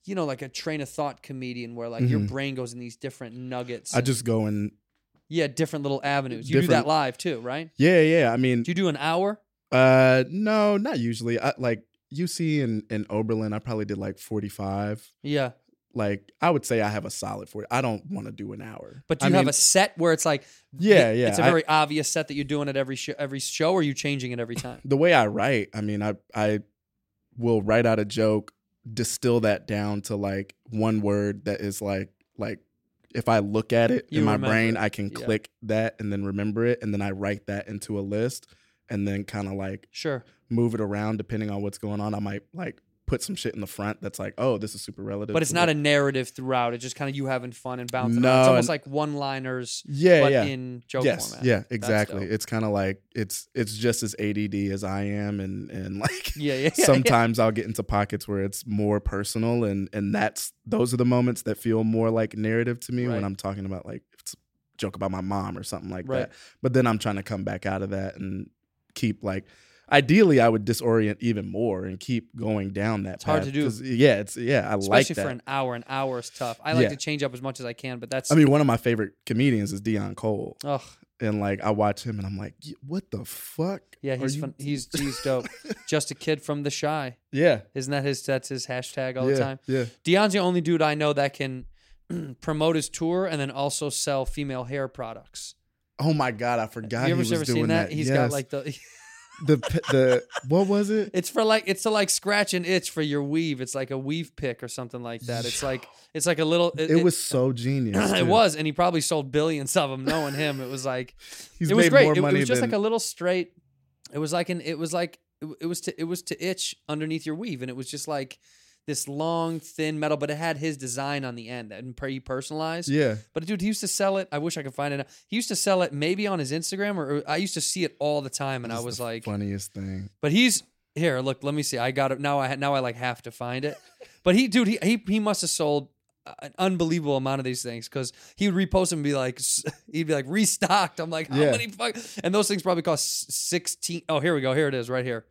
B: you know like a train of thought comedian where like your
I: Mhm.
B: brain goes in these different nuggets
I: I
B: and-
I: just go and
B: yeah different little avenues you do that
I: different-
B: live too right
I: yeah, yeah. I mean,
B: do you do an hour
I: uh, no, not usually. I like UC and and Oberlin. I probably did like forty five.
B: yeah
I: Like I would say I have a solid forty. I don't want to do an hour.
B: but do
I: I
B: you have
I: mean,
B: a set where it's like
I: Yeah,
B: it-
I: yeah,
B: it's a
I: I-
B: very obvious set that you're doing at every show every show or are you changing
I: *laughs*
B: it every time
I: the way I write, I mean, I I will write out a joke, distill that down to like one word that is like like if I look at it
B: You
I: in my
B: remember
I: brain,
B: it.
I: I can
B: Yeah.
I: click that and then remember it, and then I write that into a list, and then kind of like
B: sure
I: move it around depending on what's going on. I might like put some shit in the front that's like, oh, this is super relative.
B: but it's
I: to
B: not
I: what-
B: a narrative throughout. It's just kind of you having fun and bouncing.
I: No,
B: off. it's almost
I: and-
B: like one-liners,
I: yeah,
B: but
I: yeah.
B: in joke
I: yes,
B: format.
I: yeah,
B: That's
I: exactly.
B: dope.
I: It's kind of like it's it's just as ADD as I am, and and *laughs*
B: *laughs*
I: like
B: Yeah, *laughs* yeah, yeah,
I: sometimes I'll get into pockets where it's more personal, and and that's those are the moments that feel more like narrative to me
B: Right.
I: when I'm talking about like if it's a joke about my mom or something like
B: Right.
I: that. But then I'm trying to come back out of that and keep like. Ideally, I would disorient even more and keep going down that.
B: It's hard
I: path,
B: to do.
I: 'cause, Yeah, it's yeah. I like
B: especially
I: that.
B: for an hour. An hour is tough. I like
I: Yeah.
B: to change up as much as I can, but that's.
I: I mean, one of my favorite comedians is Dion Cole,
B: ugh,
I: and like I watch him, and I'm like, "Y- what the fuck?
B: yeah,
I: Are
B: he's
I: you-
B: fun, he's
I: *laughs*
B: he's dope. Just a kid from the shy,
I: yeah,
B: isn't that his? That's his hashtag all
I: yeah,
B: the time.
I: yeah,
B: Dion's the only dude I know that can *clears throat* promote his tour and then also sell female hair products.
I: Oh my god, I forgot
B: you
I: he
B: ever,
I: was
B: ever
I: doing
B: seen that?
I: that.
B: He's
I: yes.
B: got like the. *laughs*
I: the p- the what was it?
B: It's for like it's to like scratch and itch for your weave. It's like a weave pick or something like that. It's like it's like a little.
I: It, was *clears throat* so
B: *clears throat*
I: genius.
B: it
I: too.
B: was, and he probably sold billions of them. Knowing him, it was like
I: *laughs* He's
B: it was
I: made
B: great.
I: more
B: It- it,
I: money
B: was just
I: than
B: like a little straight. It was like an. It was like it, w- it was to it was to itch underneath your weave, and it was just like this long thin metal, but it had his design on the end and pretty personalized.
I: yeah.
B: But dude, he used to sell it. I wish I could find it. out. He used to sell it maybe on his Instagram, or, or I used to see it all the time, and I
I: It's
B: was
I: the
B: like, *laughs*
I: funniest thing.
B: but he's here. Look, let me see. I got it now. I now I like have to find it. But he, dude, he he, he must have sold an unbelievable amount of these things because he would repost them and be like, s- *laughs* he'd be like restocked. I'm like, how
I: Yeah.
B: many fuck? And those things probably cost s- sixteen. Oh, here we go. Here it is, right here.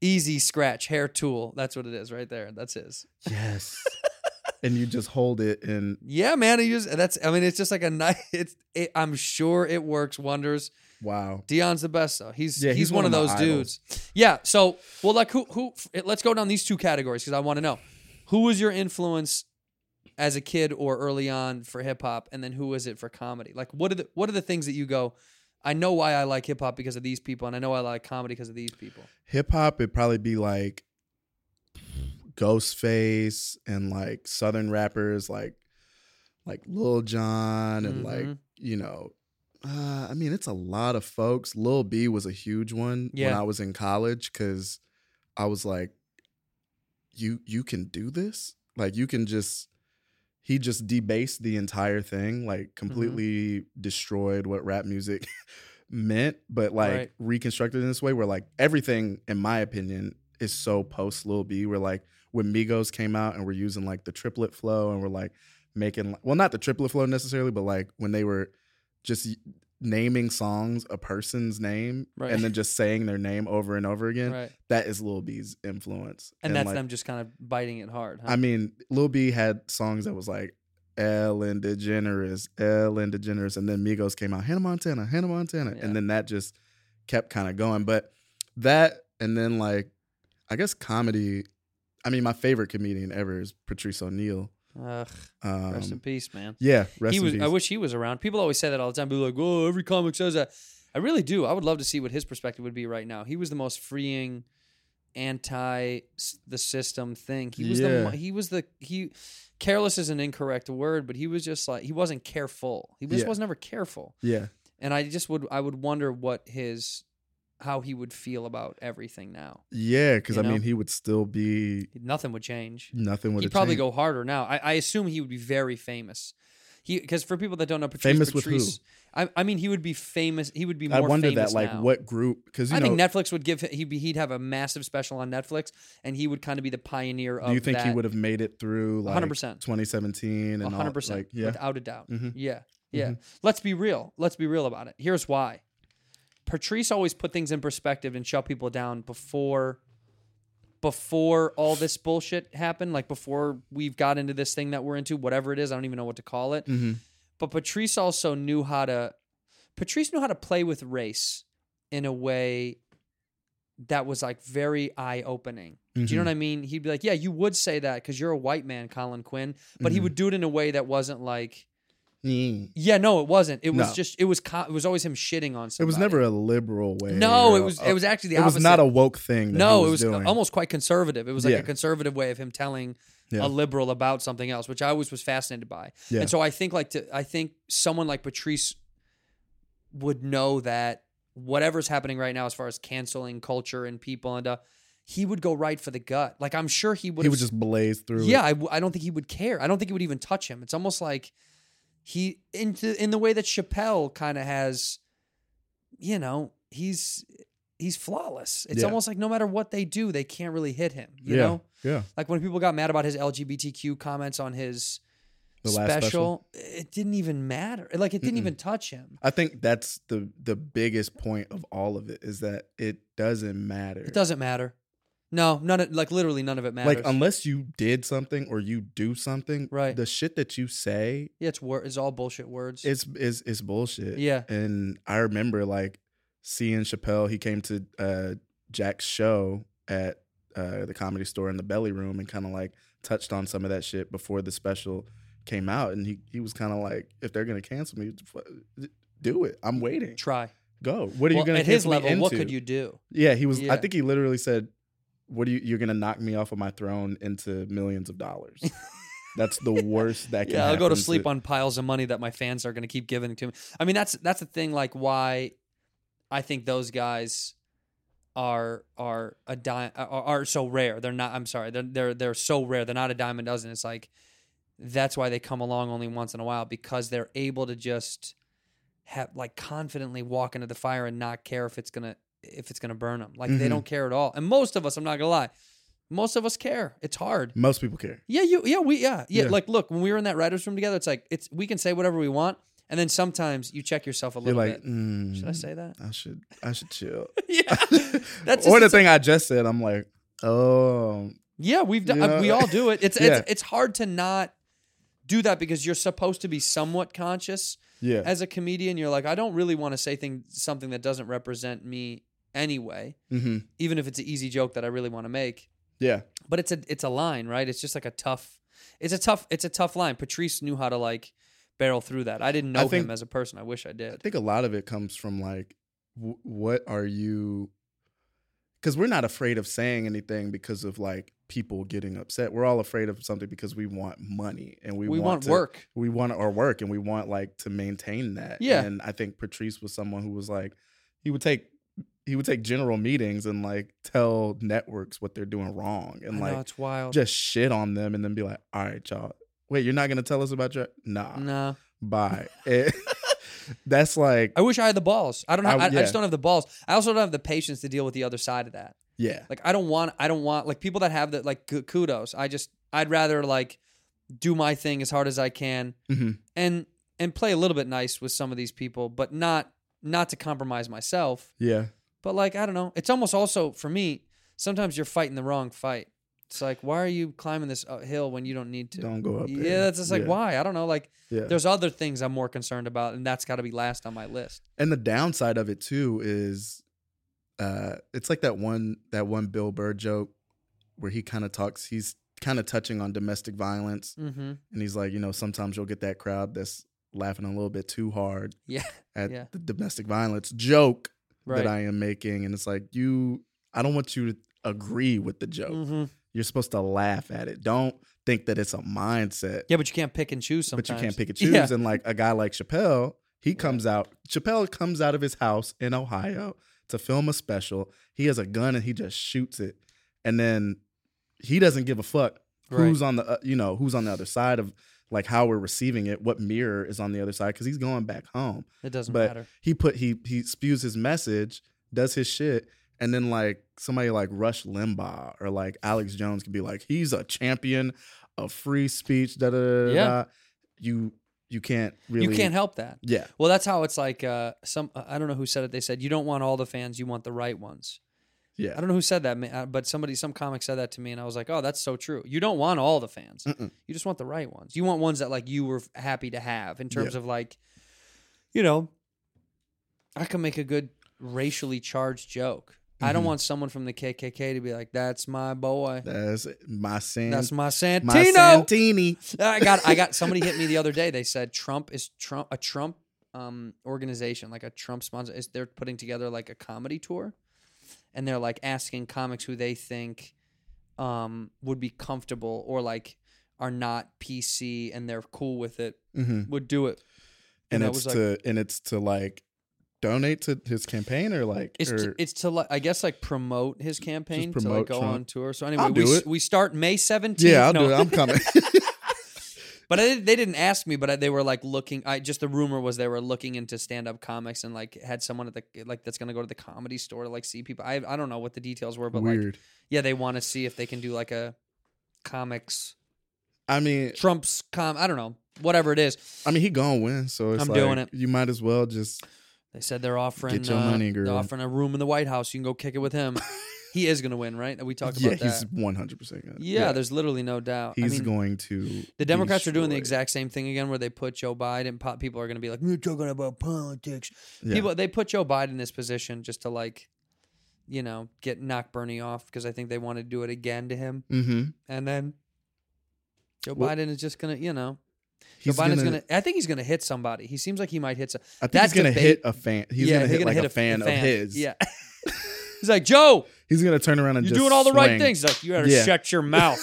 B: Easy scratch hair tool. That's what it is, right there. That's his.
I: Yes. and you just hold it and
B: Yeah, man. He just that's. I mean, it's just like a nice. *laughs* It's. It, I'm sure it works wonders.
I: wow.
B: Dion's the best though. He's
I: Yeah,
B: he's, one, of
I: my
B: those
I: idols.
B: dudes. Yeah. So well, like who who? f- Let's go down these two categories because I want to know who was your influence as a kid or early on for hip hop, and then who was it for comedy? Like what are the what are the things that you go? I know why I like hip hop because of these people, and I know I like comedy because of these people.
I: Hip hop it'd probably be like Ghostface and like southern rappers like like Lil Jon and like,
B: Mhm.
I: you know, uh, I mean, it's a lot of folks. Lil B was a huge one when
B: Yeah.
I: I was in college because I was like, you you can do this? Like you can just he just debased the entire thing, like completely destroyed what rap music meant, but like
B: Right.
I: reconstructed in this way where like everything, in my opinion, is so post Lil B. Where like when Migos came out and we're using like the triplet flow and we're like making well not the triplet flow necessarily, but like when they were just y- naming songs a person's name
B: Right.
I: and then just saying their name over and over again.
B: Right.
I: That is Lil B's influence.
B: And, that's
I: like,
B: Uh-huh. them just kind of biting it hard. Huh?
I: I mean, Lil B had songs that was like Ellen DeGeneres, Ellen DeGeneres, and then Migos came out, Hannah Montana, Hannah Montana,
B: Yeah.
I: and then that just kept kind of going. But that, and then like, I guess comedy. I mean, my favorite comedian ever is Patrice O'Neill.
B: Ugh,
I: Um,
B: rest in peace, man.
I: Yeah, rest
B: he was.
I: in peace.
B: I wish he was around. People always say that all the time. People are like, oh, every comic says that. I really do. I would love to see what his perspective would be right now. He was the most freeing, anti s- the system thing. He was the
I: Yeah.
B: mo- he was the he. Careless is an incorrect word, but he was just like he wasn't careful. He just
I: Yeah.
B: was never careful,
I: yeah,
B: and I just would I would wonder what his how he would feel about everything now.
I: yeah, because
B: You
I: I
B: know?
I: mean, he would still be
B: Nothing would change.
I: nothing would
B: He'd probably go harder now. I, I assume he would be very famous. He because for people that don't know Patrice,
I: Famous with who?
B: Patrice, I, I mean, he would be famous. He would be. More
I: I wonder
B: famous
I: that, like,
B: now.
I: what group? Because you
B: I
I: know,
B: think Netflix would give. He'd be, he'd have a massive special on Netflix, and he would kind of be the pioneer of.
I: do you think he
B: that
I: would have made it through like
B: 100%.
I: 2017 and all-
B: 100%
I: Like, yeah,
B: without a doubt.
I: Mhm.
B: Yeah. Yeah. Let's be real. Let's be real about it. Here's why. Patrice always put things in perspective and shut people down before before all this bullshit happened, like before we've got into this thing that we're into, whatever it is, I don't even know what to call it.
I: Mm-hmm.
B: But Patrice also knew how to Patrice knew how to play with race in a way that was like very eye opening. Do
I: Mm-hmm.
B: you know what I mean? He'd be like, "Yeah, you would say that because you're a white man, Colin Quinn," but
I: Mm-hmm.
B: he would do it in a way that wasn't like,
I: Mm.
B: "Yeah, no, it wasn't. It was
I: No.
B: just it was co- it was always him shitting on
I: it
B: somebody."
I: was never a liberal way.
B: No,
I: or
B: it
I: a-
B: was- it was actually the
I: It was not
B: opposite.
I: a woke thing. That
B: no,
I: he
B: it
I: was
B: was
I: doing.
B: almost quite conservative. It was like
I: Yeah.
B: a conservative way of him telling
I: Yeah.
B: a liberal about something else, which I always was fascinated by.
I: Yeah.
B: And so I think like to I think someone like Patrice would know that whatever's happening right now as far as canceling culture and people and uh he would go right for the gut. Like I'm sure he would
I: He
B: have
I: would just blaze through.
B: yeah, I,
I: it.
B: w- I don't think he would care. I don't think he would even touch him. It's almost like he in the, in the way that Chappelle kind of has, you know, he's he's flawless. It's
I: Yeah.
B: almost like no matter what they do, they can't really hit him. You
I: yeah,
B: know,
I: yeah.
B: like when people got mad about his LGBTQ comments on his
I: The last
B: special, it didn't even matter. Like it didn't even touch him.
I: I think that's the the biggest point of all of it is that it doesn't matter.
B: It doesn't matter. No, none. Of, like literally, none of it matters.
I: Like um, unless you did something or you do something,
B: Right.
I: The shit that you say
B: yeah, it's wor- it's all bullshit words.
I: it's it's it's bullshit.
B: Yeah.
I: And I remember like seeing Chappelle. He came to uh, Jack's show at uh, the comedy store in the belly room and kind of like touched on some of that shit before the special came out. And he he was kind of like, if they're gonna cancel me, f- do it. I'm waiting.
B: Try.
I: Go. What are
B: well,
I: you gonna
B: at his
I: cancel me
B: level, what
I: into?
B: could you do?
I: Yeah, he was.
B: Yeah.
I: I think he literally said, "What are you? You're gonna knock me off of my throne into millions of
B: *laughs*
I: dollars." That's the worst that can.
B: Yeah, I'll go to
I: happen
B: sleep on piles of money that my fans are going to keep giving to me. I mean, that's that's the thing. Like, why I think those guys are are a dime are, are so rare. They're not. I'm sorry. They're they're they're so rare. They're not a dime a dozen. It's like that's why they come along only once in a while because they're able to just have like confidently walk into the fire and not care if it's gonna if it's gonna burn them. Like they
I: Mhm.
B: don't care at all. And most of us, I'm not gonna lie, most of us care. It's hard.
I: Most people care.
B: Yeah, you yeah, we yeah, yeah.
I: Yeah.
B: Like look, when we were in that writer's room together, it's like it's we can say whatever we want. And then sometimes you check yourself a
I: You're
B: little
I: like,
B: bit.
I: mm,
B: Should I say
I: *laughs*
B: that?
I: I should I should chill.
B: yeah. *laughs*
I: *laughs*
B: That's
I: or
B: just-
I: the thing I just said, I'm like, oh
B: Yeah, we've done
I: You know?
B: we all do it. It's it's
I: *laughs* Yeah.
B: it's hard to not do that because you're supposed to be somewhat conscious.
I: yeah.
B: As a comedian, you're like, I don't really want to say thing something that doesn't represent me anyway,
I: Mhm.
B: even if it's an easy joke that I really want to make.
I: Yeah.
B: but it's a it's a line, right? It's just like a tough. It's a tough. It's a tough line. Patrice knew how to like barrel through that. I didn't
I: I
B: know him
I: think-
B: as a person. I wish I
I: I
B: did.
I: think a lot of it comes from like w- what are you because we're not afraid of saying anything because of like people getting upset. We're all afraid of something because we want money and we,
B: We, want
I: to-
B: work.
I: We want our work and we want like to maintain that.
B: Yeah.
I: And I think Patrice was someone who was like, he would take he would take general meetings and like tell networks what they're doing wrong and
B: I
I: like
B: know it's wild.
I: just shit on them and then be like, all right, y'all. Wait, you're not gonna tell us about your nah.
B: no,
I: Bye.
B: *laughs*
I: Eh, that's like
B: I wish I had the balls. I don't. Have, I,
I: I-
B: I just
I: yeah.
B: don't have the balls. I also don't have the patience to deal with the other side of that.
I: yeah.
B: Like I don't want. I don't want like people that have that. Like k- kudos. I just. I'd rather like do my thing as hard as I can
I: Mhm.
B: and and play a little bit nice with some of these people, but not not to compromise myself.
I: Yeah.
B: But like, I don't know. It's almost also for me, sometimes you're fighting the wrong fight. It's like, why are you climbing this uh, hill when you don't need to?
I: Don't go up there.
B: Yeah, that's just like
I: Yeah.
B: why. I don't know. Like,
I: Yeah.
B: there's other things I'm more concerned about, and that's got to be last on my list.
I: And the downside of it too is uh it's like that one that one Bill Burr joke where he kind of talks he's kind of touching on domestic violence
B: Mm-hmm.
I: and he's like, you know, sometimes you'll get that crowd that's laughing a little bit too hard
B: Yeah,
I: at
B: Yeah.
I: the domestic violence joke
B: right.
I: that I am making and it's like you I don't want you to agree with the joke.
B: hmm
I: You're supposed to laugh at it. Don't think that it's a mindset.
B: Yeah, but you can't pick and choose sometimes.
I: But you can't pick and choose.
B: *laughs* Yeah.
I: And like a guy like Chappelle, he comes out. Chappelle comes out of his house in Ohio to film a special. He has a gun and he just shoots it, and then he doesn't give a fuck
B: Right.
I: who's on the uh, you know who's on the other side of like how we're receiving it. What mirror is on the other side because he's going back home.
B: It doesn't
I: but
B: matter.
I: he put he he spews his message, does his shit. And then like somebody like Rush Limbaugh or like Alex Jones can be like, he's a champion of free speech. Da da da. da,
B: Yeah.
I: da you you can't really
B: You can't help that.
I: yeah
B: Well, that's how it's like. Uh, some I don't know who said it. They said you don't want all the fans, you want the right ones.
I: yeah
B: I don't know who said that, ma- uh, but somebody, some comic said that to me, and I was like, "Oh, that's so true. You don't want all the fans.
I: Mm-mm.
B: You just want the right ones. You want ones that like you were f- happy to have in terms
I: Yeah.
B: of like, you know, I can make a good racially charged joke. I don't
I: Mhm.
B: want someone from the KKK to be like, "That's my boy.
I: that's my sin
B: That's my Santino."
I: my Santini
B: I got I got somebody hit me the other day. They said Trump is Trump a Trump um organization like a Trump sponsor is they're putting together like a comedy tour and they're like asking comics who they think um would be comfortable or like are not PC and they're cool with it
I: Mhm.
B: would do it.
I: and
B: I
I: it's
B: was like-
I: to and it's to like donate to his campaign or like
B: It's
I: or,
B: to, it's to like I guess like promote his campaign
I: Er, promote
B: to like go
I: Trump.
B: on tour. So anyway,
I: I'll
B: we
I: do
B: s-
I: it.
B: we start May 17th.
I: yeah I'll
B: No.
I: do it I'm coming
B: But I, didn't- they didn't ask me, but I, they were like looking. I just the rumor was they were looking into stand up comics and like had someone at the like that's gonna go to the comedy store to like see people. I I don't know what the details were, *laughs* but like
I: weird
B: yeah, they want to see if they can do like a comics
I: I mean
B: Trump's com. I don't know whatever it is.
I: I mean he gonna win so it's
B: I'm
I: like,
B: doing it.
I: you might as well just
B: They said they're offering
I: Get your
B: uh,
I: money,
B: They're
I: girl.
B: offering a room in the White House. You can go kick it with
I: *laughs*
B: him. he is gonna win, right? We talked
I: yeah
B: about
I: he's
B: that.
I: 100 percent gonna
B: Yeah, there's literally no doubt. I
I: he's
B: mean,
I: going to
B: The Democrats are doing the
I: destroy it.
B: exact same thing again, where they put Joe Biden. po- People are going to be like, "You're talking about politics."
I: Yeah.
B: People they put Joe Biden in this position just to like, you know, get knock Bernie off because I think they want to do it again to him,
I: Mhm.
B: and then Joe
I: Well-
B: Biden is just gonna, you know,
I: he's
B: Joe Biden's gonna, I think he's gonna hit somebody. He seems like he might hit some.
I: I think
B: that
I: he's gonna
B: debate-
I: hit a fan he's
B: yeah,
I: gonna
B: he's
I: hit like a
B: f-
I: fan of his
B: Yeah. *laughs* he's like Joe.
I: he's gonna turn around and
B: You're
I: just
B: doing all the right
I: swing.
B: things. Like you better
I: Yeah.
B: shut your
I: *laughs*
B: mouth.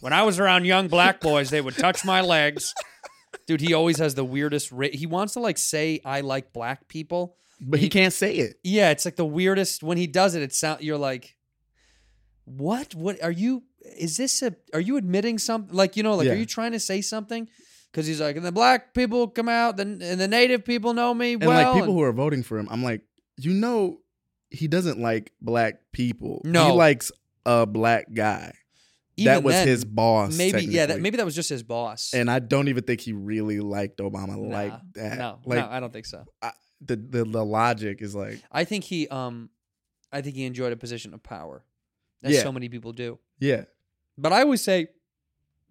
B: when I was around young black boys, they would touch my legs. Dude, he always has the weirdest. Ra- he wants to like say I like black people.
I: but he can't say it
B: Yeah, it's like the weirdest. When he does it, it sound you're like, what? What are you? Is this a? Are you admitting something? Like you know, like
I: Yeah.
B: are you trying to say something? Because he's like, and the black people come out, then and the native people know me
I: and
B: well.
I: like people who are voting for him, I'm like, you know, he doesn't like black people.
B: No.
I: he likes a black guy.
B: even
I: that was
B: then,
I: his boss.
B: Maybe yeah, that,
I: technically.
B: maybe that was just his boss.
I: And I don't even think he really liked Obama
B: Nah,
I: like that.
B: no,
I: like
B: no, I don't think so.
I: the, the the logic is like,
B: I think he um I think he enjoyed a position of power. As
I: Yeah.
B: so many people do.
I: yeah,
B: But I always say,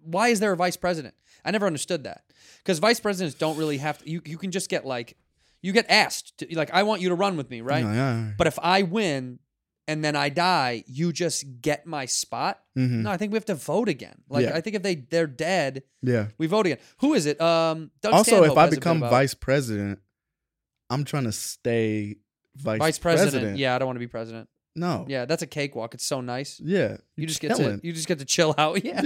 B: why is there a vice president? I never understood that. Because vice presidents don't really have to you you can just get like you get asked to, like I want you to run with me, right?
I: No, yeah.
B: But if I win and then I die, you just get my spot.
I: Mhm.
B: No, I think we have to vote again. Like
I: Yeah.
B: I think if they they're dead,
I: yeah.
B: we vote again. Who is it? Um Doug
I: Also,
B: Stanhope
I: if I
B: has a bit
I: become
B: about-
I: vice president, I'm trying to stay vice,
B: vice president, yeah, I don't want to be president.
I: no,
B: Yeah, that's a cakewalk. It's so nice.
I: yeah.
B: You just get
I: killing.
B: to you just get to chill out. *laughs* Yeah.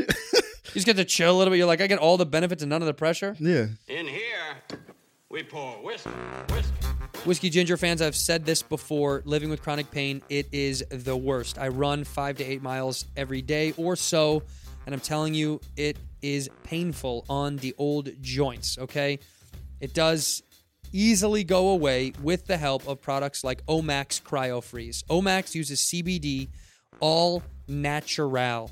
B: you just get to chill a little bit. You're like, I get all the benefits and none of the pressure.
I: yeah.
C: In here, we pour whiskey, whiskey,
B: Whiskey Ginger fans, I've said this before, living with chronic pain, it is the worst. I run five to eight miles every day or so, and I'm telling you, it is painful on the old joints, okay? It does easily go away with the help of products like Omax CryoFreeze. Omax uses CBD all natural.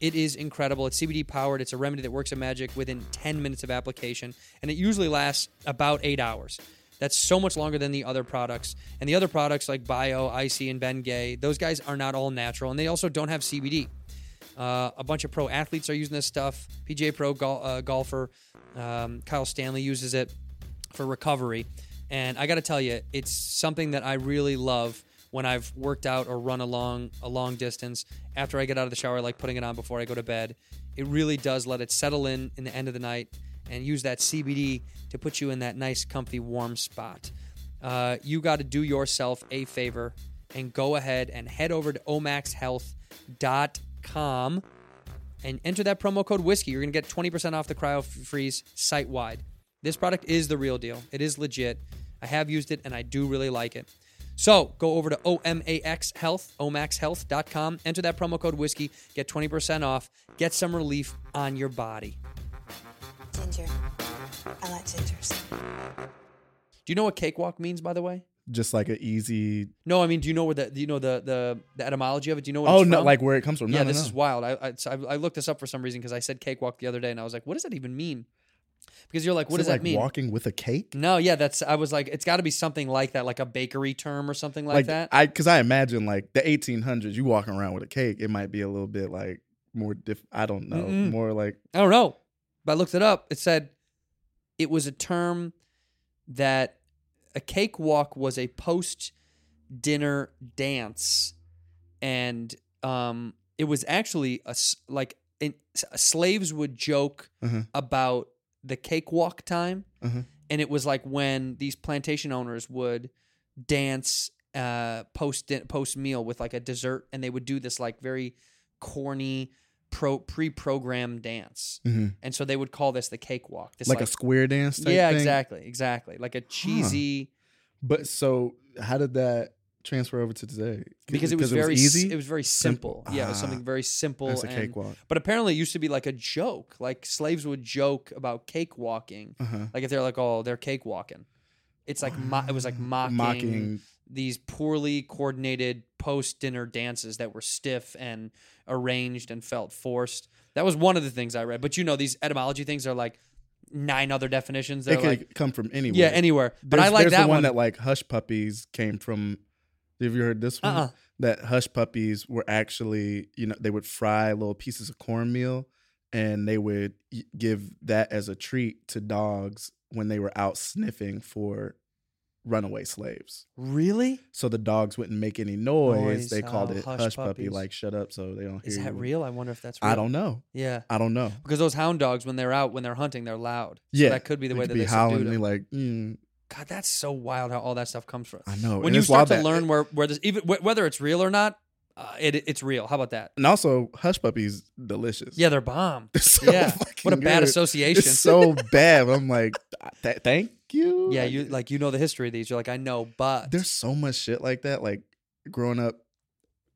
B: It is incredible. It's CBD powered. It's a remedy that works a magic within 10 minutes of application, and it usually lasts about eight hours. That's so much longer than the other products. And the other products like Bio, IC, and Ben Gay, those guys are not all natural, and they also don't have CBD. Uh, a bunch of pro athletes are using this stuff. PGA Pro gol- uh, golfer um, Kyle Stanley uses it for recovery. And I got to tell you, it's something that I really love when I've worked out or run a long, a long distance. After I get out of the shower, I like putting it on before I go to bed. It really does let it settle in in the end of the night and use that CBD to put you in that nice, comfy, warm spot. Uh, you got to do yourself a favor and go ahead and head over to omaxhealth.com and enter that promo code whiskey. You're going to get 20% off the cryo freeze site wide. This product is the real deal. It is legit. I have used it and I do really like it. So go over to OMAX Health, omaxhealth.com, enter that promo code whiskey, get 20% off, get some relief on your body.
H: Ginger. I like gingers.
B: Do you know what cakewalk means, by the way?
I: Just like an easy.
B: No, I mean, do you know where the do you know the the, the etymology of it? Do you know? What
I: Oh
B: it's
I: no,
B: from?
I: like where it comes from. No,
B: yeah,
I: no,
B: this
I: no.
B: is wild. I, I, so I I looked this up for some reason because I said cakewalk the other day, and I was like, what does that even mean? Because you're like, what
I: Is
B: does
I: it
B: that
I: like
B: mean? Mm,
I: Walking with a cake.
B: No, yeah, that's. I was like, it's got to be something like that, like a bakery term or something like,
I: like
B: that.
I: I because I imagine like the 1800s, you walking around with a cake, it might be a little bit like more diff. I don't know,
B: Mm-mm.
I: more like
B: I don't know, but I looked it up. It said it was a term that a cakewalk was a post dinner dance, and um, it was actually a s- like in, s- slaves would joke
I: Uh-huh.
B: about the cakewalk time,
I: Uh-huh.
B: and it was like when these plantation owners would dance uh, post post meal with like a dessert, and they would do this like very corny pro pre-programmed dance.
I: Mhm.
B: And so they would call this the cakewalk. This
I: like, a square dance. Type
B: Yeah,
I: thing.
B: exactly, exactly. Like a cheesy
I: But so how did that transfer over to today?
B: because it was very s-
I: easy.
B: it was very simple.
I: Simple.
B: Yeah, it was
I: Ah,
B: something very simple
I: that's a
B: and-
I: cakewalk.
B: But apparently it used to be like a joke. Like slaves would joke about cakewalking.
I: Uh-huh.
B: Like if they're like, "Oh, they're cakewalking." It's like mo- it was
I: *gasps*
B: like mocking,
I: Mocking.
B: these poorly coordinated post dinner dances that were stiff and arranged and felt forced. That was one of the things I read. But you know, these etymology things are like nine other definitions. They're
I: It could
B: like
I: come from anywhere.
B: yeah, anywhere. But I like
I: there's
B: that
I: the
B: one.
I: one, that like hush puppies came from. Have you heard this one?
B: Uh-uh.
I: That hush puppies were actually, you know, they would fry little pieces of cornmeal, and they would y- give that as a treat to dogs when they were out sniffing for runaway slaves.
B: really?
I: So the dogs wouldn't make any noise.
B: Noise,
I: They called
B: oh,
I: it
B: hush
I: hush, puppy,
B: puppies.
I: like shut up, so they don't hear.
B: Is that
I: you.
B: real? I wonder if that's real.
I: I don't know.
B: Yeah.
I: I don't know.
B: Because those hound dogs, when they're out, when they're hunting, they're loud.
I: Yeah,
B: So that could be the
I: They
B: way
I: could
B: that
I: be
B: they
I: howling.
B: subdued
I: they
B: them.
I: like, mm,
B: God, that's so wild how all that stuff comes from.
I: I know.
B: When
I: And
B: you
I: it's
B: start
I: wild
B: to
I: that-
B: learn where where this even wh- whether it's real or not, uh, it it's real. How about that?
I: and also hush puppies delicious. *laughs*
B: Yeah, they're bomb.
I: so
B: yeah. What a
I: fucking
B: bad
I: good.
B: association.
I: It's so bad. I'm like, th- thank you.
B: *laughs* yeah, you like uh, you know the history of these. You're like, I know, but
I: There's so much shit like that. Like growing up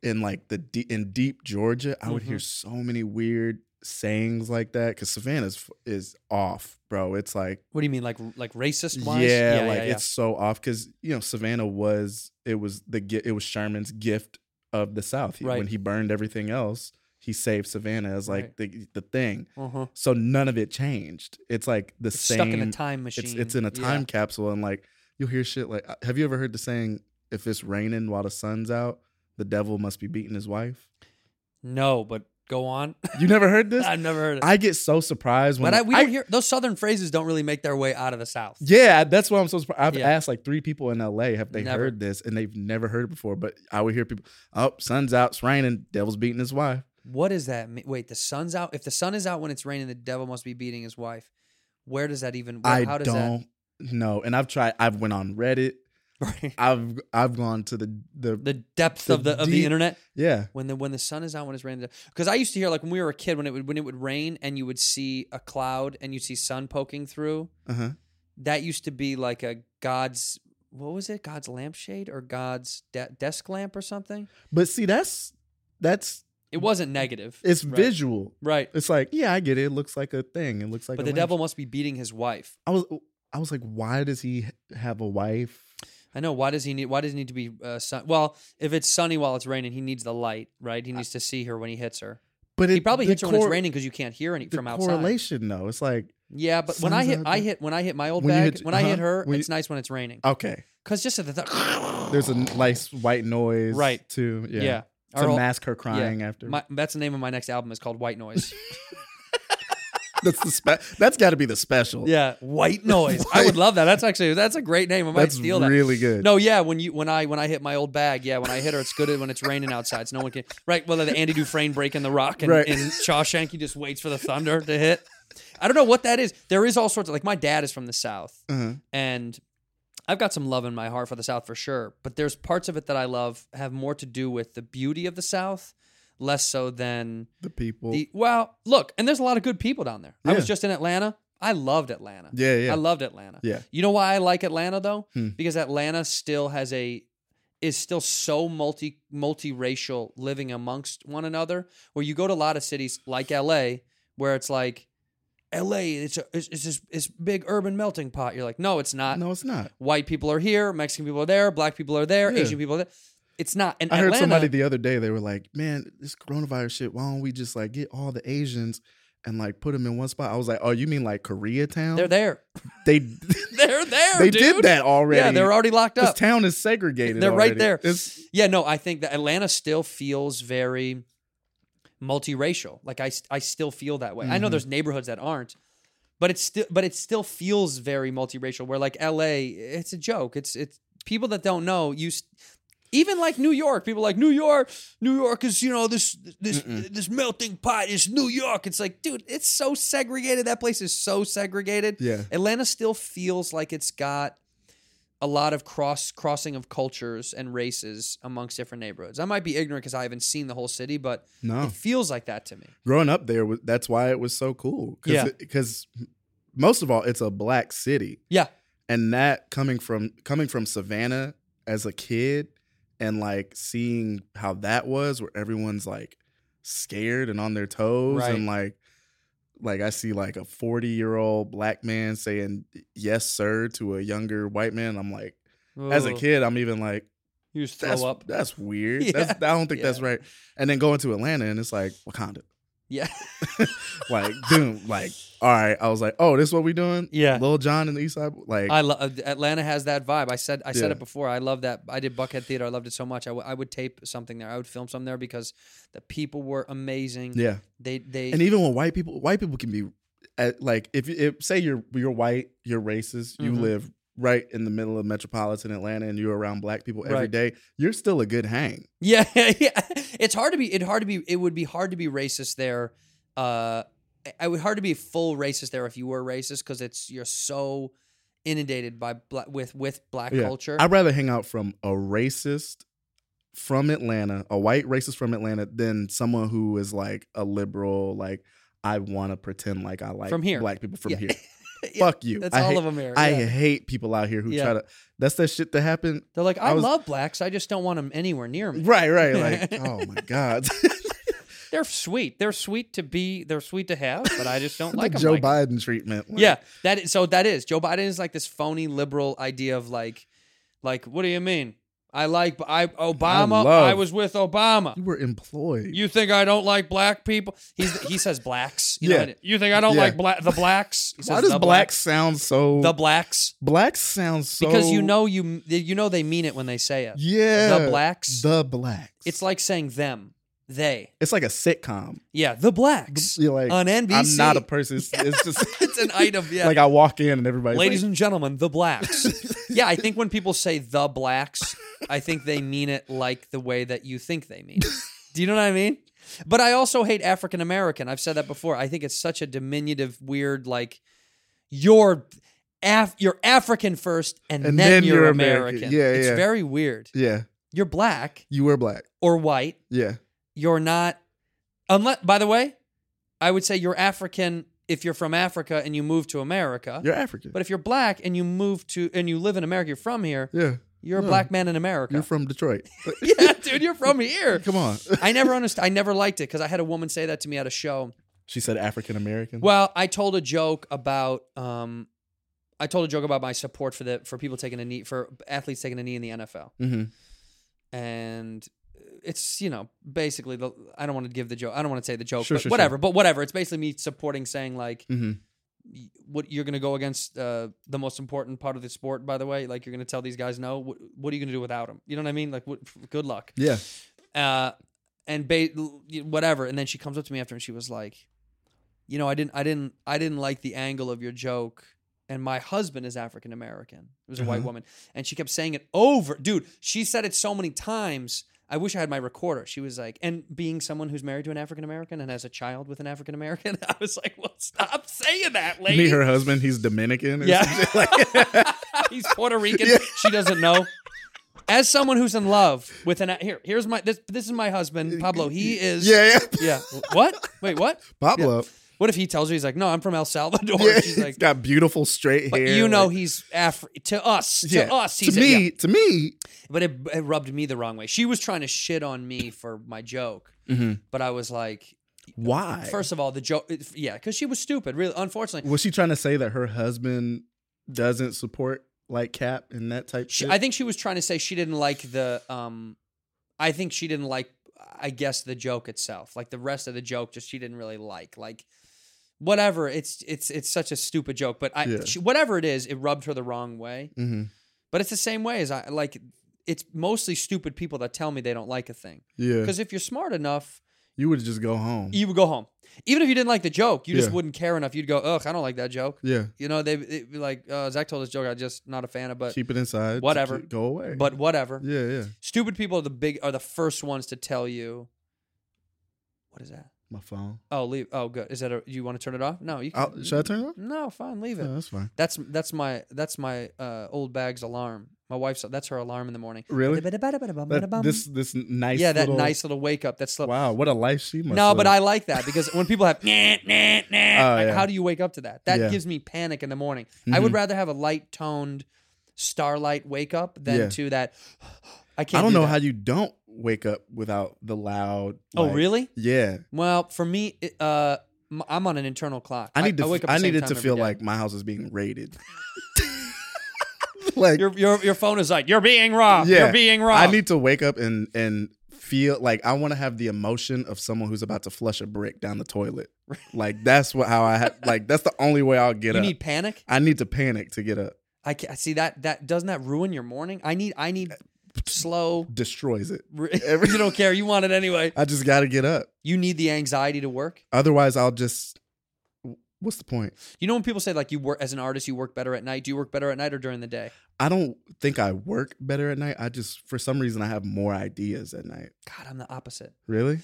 I: in like the de- in deep Georgia, I would hear
B: Mm-hmm.
I: so many weird sayings like that because Savannah's f- is off, bro. It's like
B: what do you mean, like like racist
I: yeah,
B: wise?
I: like it's so off because you know Savannah was it was the gi- it was Sherman's gift of the South He-
B: Right.
I: when he burned everything else. He saved Savannah as like the the thing.
B: Uh-huh.
I: So none of it changed. It's like the
B: It's
I: same.
B: stuck in a time machine.
I: It's it's in a
B: Yeah.
I: time capsule, and like you'll hear shit like, "Uh, have you ever heard the saying, "If it's raining while the sun's out, the devil must be beating his wife."
B: No, but go
I: *laughs*
B: on.
I: You never
B: *laughs*
I: heard this?
B: I've never heard of it.
I: I get so surprised when
B: but I, we don't hear those southern phrases don't really make their way out of the South.
I: Yeah, that's what I'm so surprised. I've
B: Yeah.
I: asked like three people in LA have they
B: Never.
I: heard this, and they've never heard it before. But I would hear people, "Oh, sun's out, it's raining, devil's beating his wife."
B: What does that mean? Wait, the sun's out. If the sun is out when it's raining, the devil must be beating his wife. Where does that even? Where,
I: I
B: how does *laughs*
I: don't know, and I've tried. I've went on Reddit.
B: That,
I: I've I've gone to the the
B: the depth of the
I: The
B: of the
I: deep-
B: internet
I: yeah.
B: when the when the sun is out when it's raining. Because I used to hear like when we were a kid when it would when it would rain and you would see a cloud and you'd see sun poking through.
I: Uh-huh.
B: That used to be like a God's what was it? God's lampshade or God's de- desk lamp or something?
I: But see, that's that's
B: It wasn't negative.
I: Mm. it's
B: Right.
I: visual.
B: right?
I: It's like, yeah, I get it. It looks like a thing. It looks like.
B: But the
I: a lamp.
B: devil must be beating his wife.
I: I was, I was like, why does he have a wife?
B: I know. Why does he need? Why does he need to be uh, sun? Well, if it's sunny while it's raining, he needs the light, right? He needs to see her when he hits her.
I: But it,
B: He probably
I: the
B: hits her when it's
I: cor-
B: raining because you can't hear any
I: The
B: from outside.
I: correlation, though, it's like,
B: Yeah, but when I
I: Sun's
B: hit,
I: out
B: I
I: there.
B: hit when I hit my old
I: When you
B: bag.
I: hit-
B: when I hit
I: uh-huh.
B: her,
I: When you- Uh,
B: it's nice when it's raining
I: okay,
B: because just at the th-
I: there's a nice white noise,
B: Right.
I: Too, yeah.
B: yeah.
I: to
B: Our-
I: mask her crying after.
B: My, that's the name of my next album. It's called White Noise.
I: *laughs* that's the spe- that's got to be the special.
B: yeah, White Noise. I would love that. That's actually that's a great name. I might
I: that's
B: steal that.
I: really good.
B: No, yeah. When you when I when I hit my old bag, yeah. When I hit her, it's good when it's raining outside, so no one can. Right. Well, the Andy Dufresne break in the rock and,
I: Right.
B: and Shawshank, he just waits for the thunder to hit. I don't know what that is. There is all sorts of like my dad is from the South,
I: Uh-huh.
B: and I've got some love in my heart for the South for sure. But there's parts of it that I love have more to do with the beauty of the South, less so than
I: the people.
B: the well. Look, and there's a lot of good people down there. I was
I: Yeah.
B: just in Atlanta. I loved Atlanta.
I: Yeah, yeah.
B: I loved Atlanta.
I: Yeah.
B: You know why I like Atlanta though?
I: Hmm.
B: Because Atlanta still has a is still so multi multiracial living amongst one another. Where you go to a lot of cities like LA, where it's like LA, it's a, it's, it's this it's big urban melting pot. You're like, no, it's not.
I: no, it's not.
B: White people are here, Mexican people are there, black people are there,
I: Yeah.
B: Asian people are there. It's not. And
I: I heard
B: Atlanta,
I: somebody the other day. They were like, "Man, this coronavirus shit. Why don't we just like get all the Asians and like put them in one spot?" I was like, "Oh, you mean like Koreatown?
B: they're there. *laughs*
I: They *laughs*
B: They're there.
I: they
B: dude.
I: did that already.
B: Yeah, they're already locked
I: This
B: up.
I: town is segregated.
B: They're right
I: already.
B: there.
I: It's
B: yeah, no, I think that Atlanta still feels very multiracial. Like I, I still feel that way. I know there's neighborhoods that aren't, but it's still, but it still feels very multiracial. Where like L.A., it's a joke. It's it's people that don't know you. s- Even like New York, people like New York. New York is you know this this this melting pot is New York. It's like, dude, it's so segregated. That place is so segregated.
I: Yeah.
B: Atlanta still feels like it's got a lot of cross crossing of cultures and races amongst different neighborhoods. I might be ignorant because I haven't seen the whole city, but
I: No.
B: it feels like that to me.
I: growing up there. was- That's why it was so cool. Cause
B: Yeah.
I: because most of all, it's a black city,
B: Yeah,
I: and that coming from coming from Savannah as a kid, and like seeing how that was, where everyone's like scared and on their toes,
B: Right.
I: and like like I see like a forty year old black man saying yes sir to a younger white man. I'm like, as a
B: Ooh,
I: kid, I'm even like.
B: you just
I: that's,
B: throw up. *laughs*
I: That's weird.
B: Yeah.
I: That's, I don't think that's
B: Yeah.
I: right. And then going to Atlanta and it's like Wakanda, *laughs*
B: Yeah,
I: like doom, like all right. I was like, oh, this is what we doing?
B: Yeah.
I: Lil John and the East Side, like
B: I love Atlanta has that vibe. I said I said
I: Yeah.
B: it before. I love that. I did Buckhead Theater. I loved it so much. I, w- I would tape something there. I would film something there because the people were amazing.
I: yeah.
B: they they
I: And even when white people, white people can be uh, like, if, if say you're you're white, you're racist, you
B: Mhm.
I: live right in the middle of metropolitan Atlanta, and you're around black people every
B: Right.
I: day, you're still a good hang.
B: Yeah, *laughs* yeah. It's hard to be. It hard to be. It would be hard to be racist there. Uh, I- I would hard to be full racist there if you were racist because it's you're so inundated by bla- with with black
I: Yeah.
B: culture.
I: I'd rather hang out from a racist from Atlanta, a white racist from Atlanta, than someone who is like a liberal, like I want to pretend like I like
B: From here.
I: black people from
B: Yeah.
I: here.
B: *laughs* *laughs* Yeah,
I: Fuck you.
B: That's
I: I
B: all
I: hate,
B: of them here.
I: I
B: yeah.
I: hate people out here who
B: Yeah.
I: try to. That's that shit that happened.
B: They're like, I,
I: I was-
B: love blacks. I just don't want them anywhere near me.
I: Right, right.
B: *laughs*
I: Like, oh my god.
B: They're sweet. They're sweet to be. They're sweet to have, but I just don't like
I: *laughs* the
B: 'em
I: Joe
B: like that.
I: Biden treatment. Like,
B: yeah, that is, so that is Joe Biden is like this phony liberal idea of like, like what do you mean? I like I Obama. I,
I: love-
B: was with Obama.
I: you were employed.
B: You think I don't like black people? He's, he says blacks. You
I: Yeah.
B: yeah. Know, you think I don't
I: Yeah.
B: like black the blacks? He
I: Why
B: says
I: does
B: the
I: black sound so?
B: the blacks?
I: black sounds so.
B: Because you know you you know they mean it when they say it.
I: Yeah.
B: the blacks.
I: The blacks.
B: it's like saying them, they.
I: it's like a sitcom.
B: Yeah, the blacks
I: You're like
B: on NBC.
I: I'm not a
B: *laughs*
I: person. It's, it's just
B: it's an item. Yeah.
I: like I walk in and everybody's
B: Ladies
I: like,
B: and gentlemen, the blacks.
I: *laughs*
B: yeah, I think when people say the blacks, I think they mean it like the way that you think they mean. it. Do you know what I mean? But I also hate African American. I've said that before. I think it's such a diminutive, weird, like you're Af- you're African first, and,
I: And
B: then, you're, American.
I: Yeah,
B: it's
I: yeah.
B: very weird.
I: yeah,
B: You're black
I: you were black.
B: or white.
I: Yeah,
B: You're not. Unless, by the way, I would say you're African if you're from Africa and you move to America.
I: you're African.
B: But if you're black and you move to and you live in America, you're from here.
I: yeah,
B: You're a
I: No.
B: black man in America.
I: you're from Detroit.
B: *laughs* yeah, dude, you're from
I: *laughs*
B: here.
I: Come on.
B: I never understood. I never liked it because I had a woman say that to me at a show.
I: She said African American.
B: Well, I told a joke about um, I told a joke about my support for the for people taking a knee for athletes taking a knee in the NFL,
I: hmm
B: and it's you know basically the I don't want to give the joke. I don't want to say the joke,
I: Sure,
B: but
I: sure,
B: whatever.
I: sure.
B: But whatever. It's basically me supporting saying like
I: hmm
B: y- what you're going to go against uh, the most important part of the sport by the way like you're going to tell these guys no what, what are you going to do without them you know what i mean like what, f- good luck
I: Yeah,
B: uh, and ba- l- whatever. And then she comes up to me after and she was like, "You know, I didn't, I didn't, I didn't like the angle of your joke." And my husband is African American. It was a white
I: Uh-huh.
B: woman, and she kept saying it over. Dude, she said it so many times. I wish I had my recorder. She was like, and being someone who's married to an African American and has a child with an African American, *laughs* I was like, well, stop saying that, lady.
I: Me, her husband, he's Dominican. Or
B: Yeah.
I: something like
B: He's Puerto Rican. She doesn't know. As someone who's in love with an here, here's my this this is my husband Pablo. He is
I: yeah, yeah.
B: *laughs* yeah. What? Wait, what?
I: Pablo.
B: What if he tells her he's like, no, I'm from El Salvador?
I: Yeah,
B: She's
I: he's
B: like,
I: got beautiful straight
B: but
I: hair.
B: you know
I: like-
B: he's Afri- to us to
I: Yeah.
B: us. He's
I: to
B: a-
I: me,
B: yeah.
I: to me,
B: but it, it rubbed me the wrong way. She was trying to shit on me for my joke,
I: Mm-hmm.
B: but I was like,
I: why?
B: first of all, the joke, yeah, because she was stupid. Really, unfortunately,
I: was she trying to say that her husband doesn't support like Cap and that type?
B: She,
I: shit?
B: I think she was trying to say she didn't like the. Um, I think she didn't like. I guess the joke itself, like the rest of the joke, just she didn't really like. Like whatever, it's it's it's such a stupid joke, but I
I: Yeah.
B: she, whatever it is, it rubbed her the wrong way.
I: Mhm.
B: But it's the same way as I like. It's mostly stupid people that tell me they don't like a thing.
I: yeah,
B: Because if you're smart enough,
I: you would just go home.
B: you would go home. Even if you didn't like the joke, you just
I: Yeah.
B: wouldn't care enough. You'd go, ugh, I don't like that joke.
I: yeah,
B: You know, they it'd be like uh, Zach told this joke. I just not a fan of, but
I: keep it inside. to
B: whatever.
I: keep- go away.
B: but whatever
I: yeah, yeah,
B: stupid people are the big are the first ones to tell you what is that
I: my phone.
B: oh leave oh good is that a you want to turn it off no you can,
I: I'll, should I turn it off?
B: no fine leave it
I: No, that's fine.
B: that's that's my that's my uh old bag's alarm my wife's that's her alarm in the morning
I: Really? That- this this nice.
B: yeah that
I: little-
B: nice little wake up that's slow
I: Wow, what a life she must.
B: no but i
I: live.
B: like that because when people have nah, nah, nah,
I: Oh,
B: like,
I: yeah.
B: how do you wake up to that that
I: Yeah. Mm-hmm.
B: gives me panic in the morning i would rather have a light toned starlight wake up than
I: Yeah.
B: to that *sighs* i can't
I: I don't
B: do
I: know
B: that.
I: how you don't wake up without the loud.
B: oh
I: like-
B: really
I: Yeah,
B: Well, for me, it- uh, m- I'm on an internal clock.
I: I need to. I,
B: wake up the same
I: needed
B: time
I: to
B: every
I: feel
B: day.
I: like my house is being raided. *laughs* like
B: your your your phone is like you're being robbed.
I: yeah,
B: you're being robbed.
I: I need to wake up and and feel like I want to have the emotion of someone who's about to flush a brick down the
B: *laughs*
I: toilet. like that's what how I ha- like that's the only way I'll get
B: you
I: up.
B: need panic.
I: I need to panic to get up.
B: I ca see that that doesn't that ruin your morning. I need I need slow.
I: Destroys it.
B: *laughs* r-
I: Every-
B: you don't care. You want it anyway.
I: I just got to get up.
B: You need the anxiety to work.
I: Otherwise, I'll just. What's the point?
B: You know when people say like you work as an artist, you work better at night. Do you work better at night or during the day?
I: I don't think I work better at night. I just, for some reason, I have more ideas at night.
B: God, I'm the opposite.
I: Really?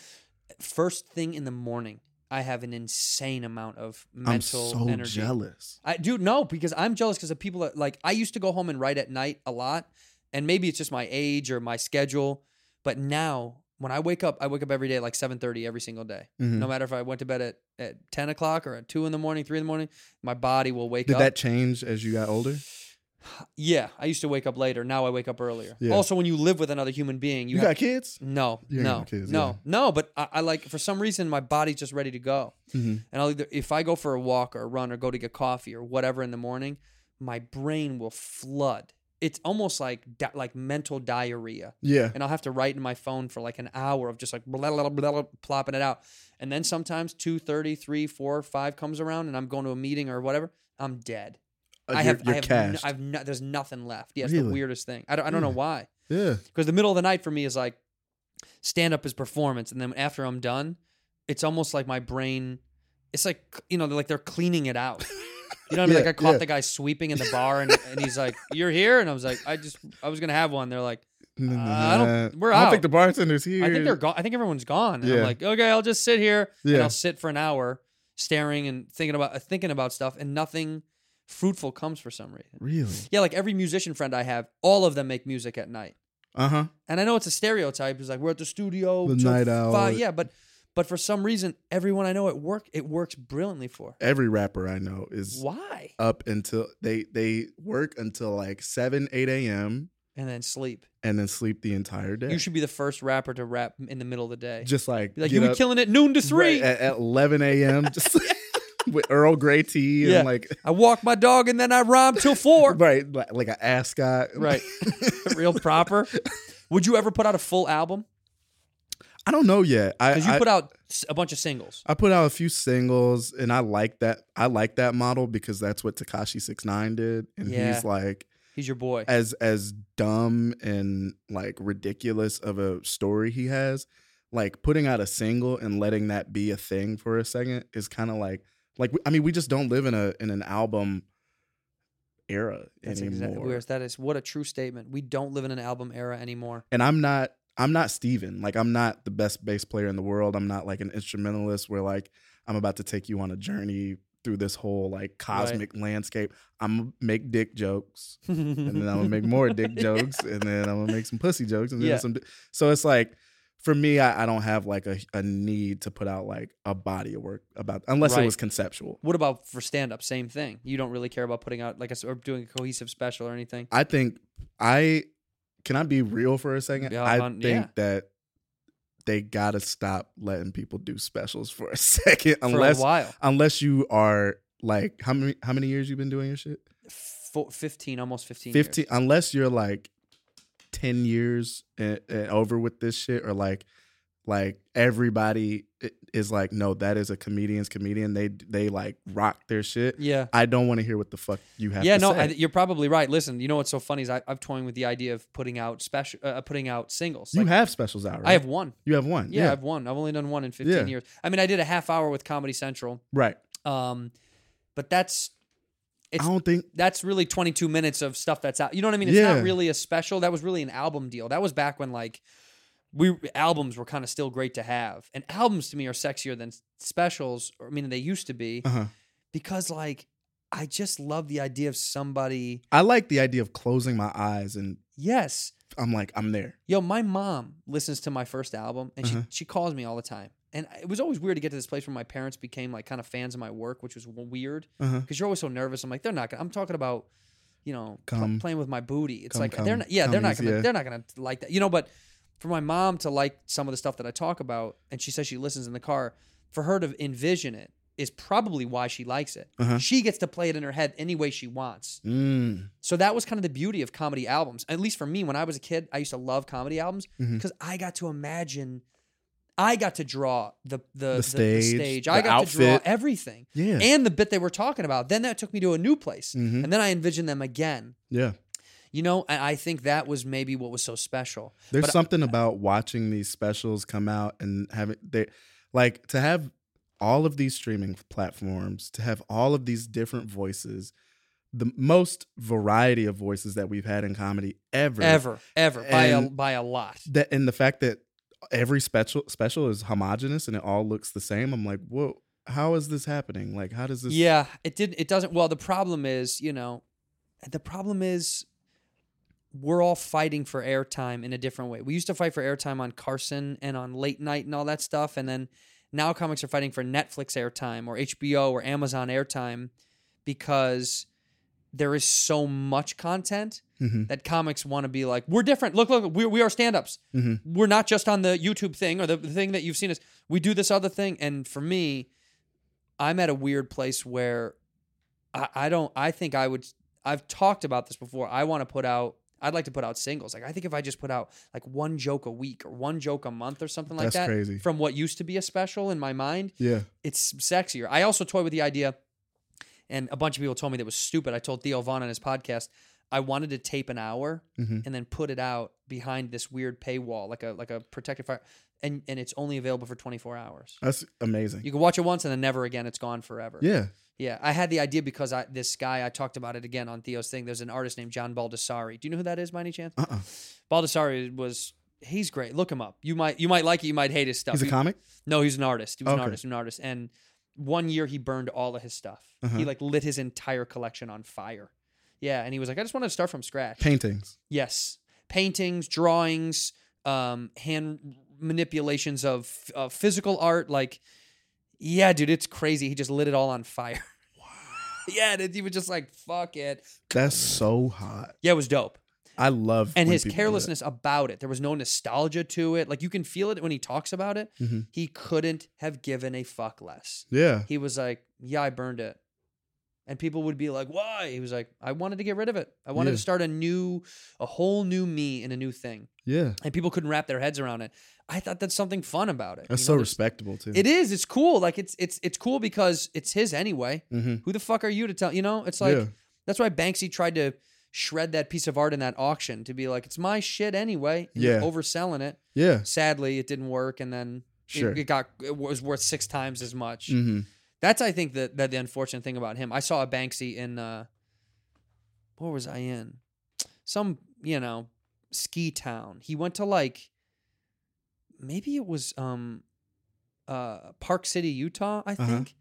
B: First thing in the morning, I have an insane amount of
I: I'm
B: mental
I: so
B: energy.
I: jealous.
B: I do no because I'm jealous because of people that like I used to go home and write at night a lot, and maybe it's just my age or my schedule. But now when I wake up, I wake up every day at like seven thirty every single day.
I: Mhm.
B: No matter if I went to bed at, at ten o'clock or at two in the morning, three in the morning, my body will wake
I: Did
B: up.
I: that change as you got older?
B: yeah, I used to wake up later. Now I wake up earlier.
I: Yeah.
B: Also, when you live with another human being, you,
I: You
B: have,
I: got kids?
B: no,
I: You ain't
B: no,
I: got kids,
B: no,
I: yeah.
B: no. But I, I like for some reason my body's just ready to go,
I: Mm-hmm.
B: and I'll either if I go for a walk or a run or go to get coffee or whatever in the morning, my brain will flood. It's almost like di- like mental diarrhea,
I: Yeah.
B: and I'll have to write in my phone for like an hour of just like blah, blah, blah, blah, plopping it out, and then sometimes two thirty, three, four, five comes around, and I'm going to a meeting or whatever. I'm dead.
I: Uh,
B: I
I: you're-
B: have,
I: you're
B: I have, no,
I: cashed.
B: I've no, there's nothing left. Yeah, it's the
I: Really?
B: weirdest thing. I don't, I don't know why
I: yeah.
B: because the middle of the night for me is like stand up is performance and then after i'm done it's almost like my brain it's like you know like they're cleaning it out you know what i mean like
I: Yeah,
B: i caught
I: yeah.
B: the guy sweeping in the bar and, and he's like you're here and i was like i just i was gonna have one they're like Uh, I don't- we're
I: I don't
B: out.
I: think the bartender's here.
B: i think they're gone i think everyone's gone and i'm
I: Yeah.
B: like okay i'll just sit here and
I: Yeah.
B: i'll sit for an hour staring and thinking about uh, thinking about stuff and nothing fruitful comes for some reason
I: Really?
B: yeah like every musician friend i have all of them make music at night
I: Uh huh.
B: and I know it's a stereotype. It's like we're at the studio,
I: The
B: till
I: night
B: fi-
I: owl.
B: yeah. But but for some reason, everyone I know at work, it works brilliantly for.
I: Every rapper I know is
B: Why?
I: up until they they work until like seven eight a.m.
B: And then sleep.
I: and then sleep the entire day.
B: You should be the first rapper to rap in the middle of the day.
I: just like
B: Be like
I: get
B: you were
I: up
B: killing it noon to three.
I: right at, at eleven
B: *laughs*
I: a.m. just *laughs* with Earl Grey tea
B: Yeah.
I: and like
B: I walk my dog and then I rhyme till *laughs* four.
I: *laughs* right like, like an ascot. *laughs*
B: right. Real proper. Would you ever put out a full album?
I: I don't know yet. I
B: Because you
I: I,
B: put out s- a bunch of singles.
I: I put out a few singles, and I like that. I like that model because that's what Takashi Six Nine did, and
B: Yeah.
I: he's like
B: He's your boy.
I: as as dumb and like ridiculous of a story he has, like putting out a single and letting that be a thing for a second is kind of like like I mean we just don't live in a in an album era
B: That's
I: anymore.
B: exactly where that is. What a true statement. We don't live in an album era anymore.
I: and I'm not I'm not Steven. Like I'm not the best bass player in the world. I'm not like an instrumentalist where like I'm about to take you on a journey through this whole like cosmic landscape. I'm gonna make dick jokes and then
B: *laughs*
I: I'm gonna make more dick jokes and then I'm gonna make some pussy jokes and then
B: Yeah.
I: some di- so it's like for me I, I don't have like a, a need to put out like a body of work about unless
B: Right.
I: it was conceptual.
B: What about for stand up? Same thing. You don't really care about putting out like a, s- or doing a cohesive special or anything.
I: I think I can I be real for a second?
B: Yeah,
I: I
B: hun- yeah.
I: think that they gotta stop letting people do specials for a *laughs* second
B: for
I: unless
B: a while.
I: unless you are like how many how many years you've been doing your shit?
B: Fo- 15, almost 15. years.
I: Fifteen unless you're like ten years and, and over with this shit or like like everybody i- is like no that is a comedian's comedian they they like rock their shit
B: Yeah.
I: i don't want to hear what the fuck you have
B: yeah,
I: to
B: no,
I: say.
B: I, you're probably right. Listen, you know what's so funny is I, I'm toying with the idea of putting out special, uh, putting out singles.
I: you
B: Like,
I: have specials out right
B: I have one.
I: you have one
B: Yeah, I've one. I've only done one in 15
I: Yeah.
B: years. I mean, I did a half hour with Comedy Central,
I: right
B: um, but that's It's-
I: I don't think
B: that's really 22 minutes of stuff that's out. You know what I mean? It's
I: Yeah.
B: not really a special. That was really an album deal. That was back when like we albums were kind of still great to have, and albums to me are sexier than specials. Or, I mean, they used to be
I: uh-huh.
B: because like I just love the idea of somebody.
I: I like the idea of closing my eyes and
B: Yes,
I: I'm like, I'm there.
B: Yo, my mom listens to my first album and
I: Uh-huh.
B: she, she calls me all the time. And it was always weird to get to this place where my parents became like kind of fans of my work, which was w- weird
I: Uh-huh.
B: because you're always so nervous. I'm like, they're not gonna. I'm talking about, you know, pl-
I: Come.
B: playing with my booty. It's
I: Come,
B: like they're
I: come,
B: not. Yeah, they're not
I: cummies,
B: gonna.
I: yeah.
B: They're not gonna like that. You know, but for my mom to like some of the stuff that I talk about, and she says she listens in the car. For her to envision it is probably why she likes it.
I: Uh-huh.
B: She gets to play it in her head any way she wants.
I: Mm.
B: So that was kind of the beauty of comedy albums. At least for me, when I was a kid, I used to love comedy albums
I: Mm-hmm.
B: because I got to imagine, I got to draw the the, the- the
I: stage,
B: stage.
I: the
B: I got to draw
I: outfit.
B: everything,
I: Yeah. Mm-hmm.
B: and the bit they were talking about. Then that took me to a new place, and then I envisioned them again.
I: Yeah.
B: You know, and I think that was maybe what was so special.
I: There's
B: But I-
I: something about watching these specials come out and having they like to have all of these streaming platforms, to have all of these different voices, the most variety of voices that we've had in comedy ever.
B: Ever, ever by a
I: And-
B: by a lot.
I: That and the fact that every special special is homogenous and it all looks the same. I'm like, whoa, how is this happening? Like how does this
B: yeah, it did. It doesn't. Well, the problem is, you know, the problem is we're all fighting for airtime in a different way. We used to fight for airtime on Carson and on late night and all that stuff, and then now comics are fighting for Netflix airtime or HBO or Amazon airtime because there is so much content
I: Mhm.
B: that comics want to be like, we're different. Look, look, we we are stand ups.
I: Mm-hmm.
B: We're not just on the YouTube thing or the, the thing that you've seen us. We do this other thing. And for me, I'm at a weird place where I, I don't. I think I would. I've talked about this before. I want to put out. I'd like to put out singles. Like I think if I just put out like one joke a week or one joke a month or something like
I: That's
B: that,
I: crazy.
B: from what used to be a special in my mind,
I: Yeah.
B: it's sexier. I also toy with the idea, and a bunch of people told me that was stupid. I told Theo Vaughn on his podcast I wanted to tape an hour
I: Mm-hmm.
B: and then put it out behind this weird paywall, like a like a protective fire, and and it's only available for 24 hours.
I: That's amazing.
B: You can watch it once and then never again. It's gone forever.
I: yeah.
B: Yeah, I had the idea because I this guy I talked about it again on Theo's thing. There's an artist named John Baldessari. Do you know who that is by any chance?
I: Uh-uh.
B: Baldessari was he's great. Look him up. You might you might like it. You might hate his stuff.
I: He's a
B: He-
I: comic?
B: no, he's an artist. He was an
I: Okay.
B: artist, an artist. And one year he burned all of his stuff.
I: Uh-huh.
B: He like lit his entire collection on fire. Yeah, and he was like, I just wanted to start from scratch.
I: Paintings.
B: yes, paintings, drawings, um, hand manipulations of uh, physical art. Like, yeah, dude, it's crazy. He just lit it all on fire. *laughs* yeah, dude, he was just like, fuck it.
I: That's so hot.
B: Yeah, it was dope.
I: I love
B: and
I: when
B: his
I: people do that.
B: carelessness about it. There was no nostalgia to it. Like you can feel it when he talks about it.
I: Mm-hmm.
B: He couldn't have given a fuck less.
I: Yeah.
B: He was like, "Yeah, I burned it," and people would be like, "Why?" He was like, "I wanted to get rid of it. I wanted
I: Yeah.
B: to start a new, a whole new me and a new thing."
I: Yeah.
B: And people couldn't wrap their heads around it. I thought that's something fun about it. You
I: That's
B: know,
I: so
B: there's-
I: respectable too.
B: It is. It's cool. Like it's it's it's cool because it's his anyway. Who the fuck are you to tell? You know, it's like
I: Mm-hmm. Yeah.
B: that's why Banksy tried to shred that piece of art in that auction to be like, it's my shit anyway. and
I: Yeah.
B: overselling it.
I: Yeah.
B: Sadly, it didn't work, and then it-
I: Sure.
B: it, got it was worth six times as much.
I: Mm-hmm.
B: That's I think that that the unfortunate thing about him. I saw a Banksy in uh, what was I in? Some you know ski town. He went to like maybe it was um uh Park City, Utah, I
I: Uh-huh.
B: think.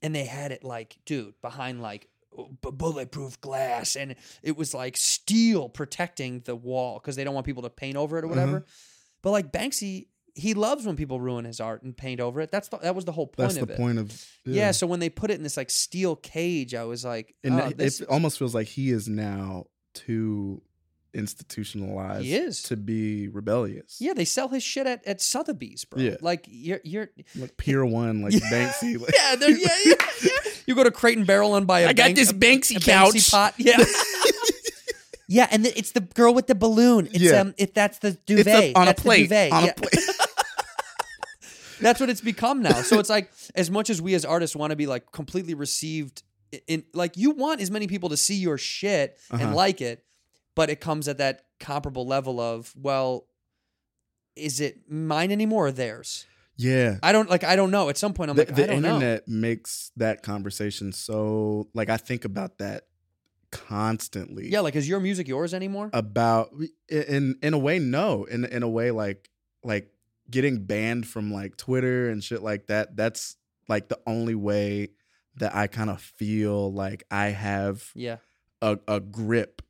B: And they had it like, dude, behind like oh, bu- bulletproof glass and it was like steel protecting the wall because they don't want people to paint over it or
I: Uh-huh.
B: whatever. But like Banksy, he loves when people ruin his art and paint over it. That's the, that was the whole point
I: That's
B: of
I: the
B: it.
I: point of
B: Yeah. so when they put it in this like steel cage, I was like,
I: and
B: oh,
I: it-
B: this-
I: it almost feels like he is now too institutionalized
B: He is.
I: to be rebellious.
B: yeah, they sell his shit at, at Sotheby's, bro.
I: Yeah.
B: Like you're *laughs* you're
I: Like Pier One, like
B: *laughs*
I: Banksy. Like,
B: yeah, they're- yeah, yeah, yeah. *laughs* You go to Crate and Barrel and buy a
J: I got
B: Bank-
J: this
B: a-
J: Banksy
B: a
J: couch.
B: pot. *laughs* Yeah. yeah, and the, it's the girl with the balloon. It's
I: Yeah.
B: um if that's the duvet.
J: It's up on a
B: That's the
J: plate.
B: duvet.
J: On
B: Yeah.
J: a plate.
B: That's what it's become now. So it's like as much as we as artists want to be like completely received i- in like you want as many people to see your shit and
I: Uh-huh.
B: like it, but it comes at that comparable level of, well, is it mine anymore or theirs?
I: *laughs* yeah.
B: I don't like I don't know. At some point I'm
I: the
B: like,
I: the
B: I don't know.
I: internet makes that conversation so like I think about that constantly.
B: Yeah, like is your music yours anymore?
I: Uh, about in in a way no in in a way like like getting banned from like Twitter and shit like that that's like the only way that I kind of feel like I have
B: yeah. *laughs*
I: a, a grip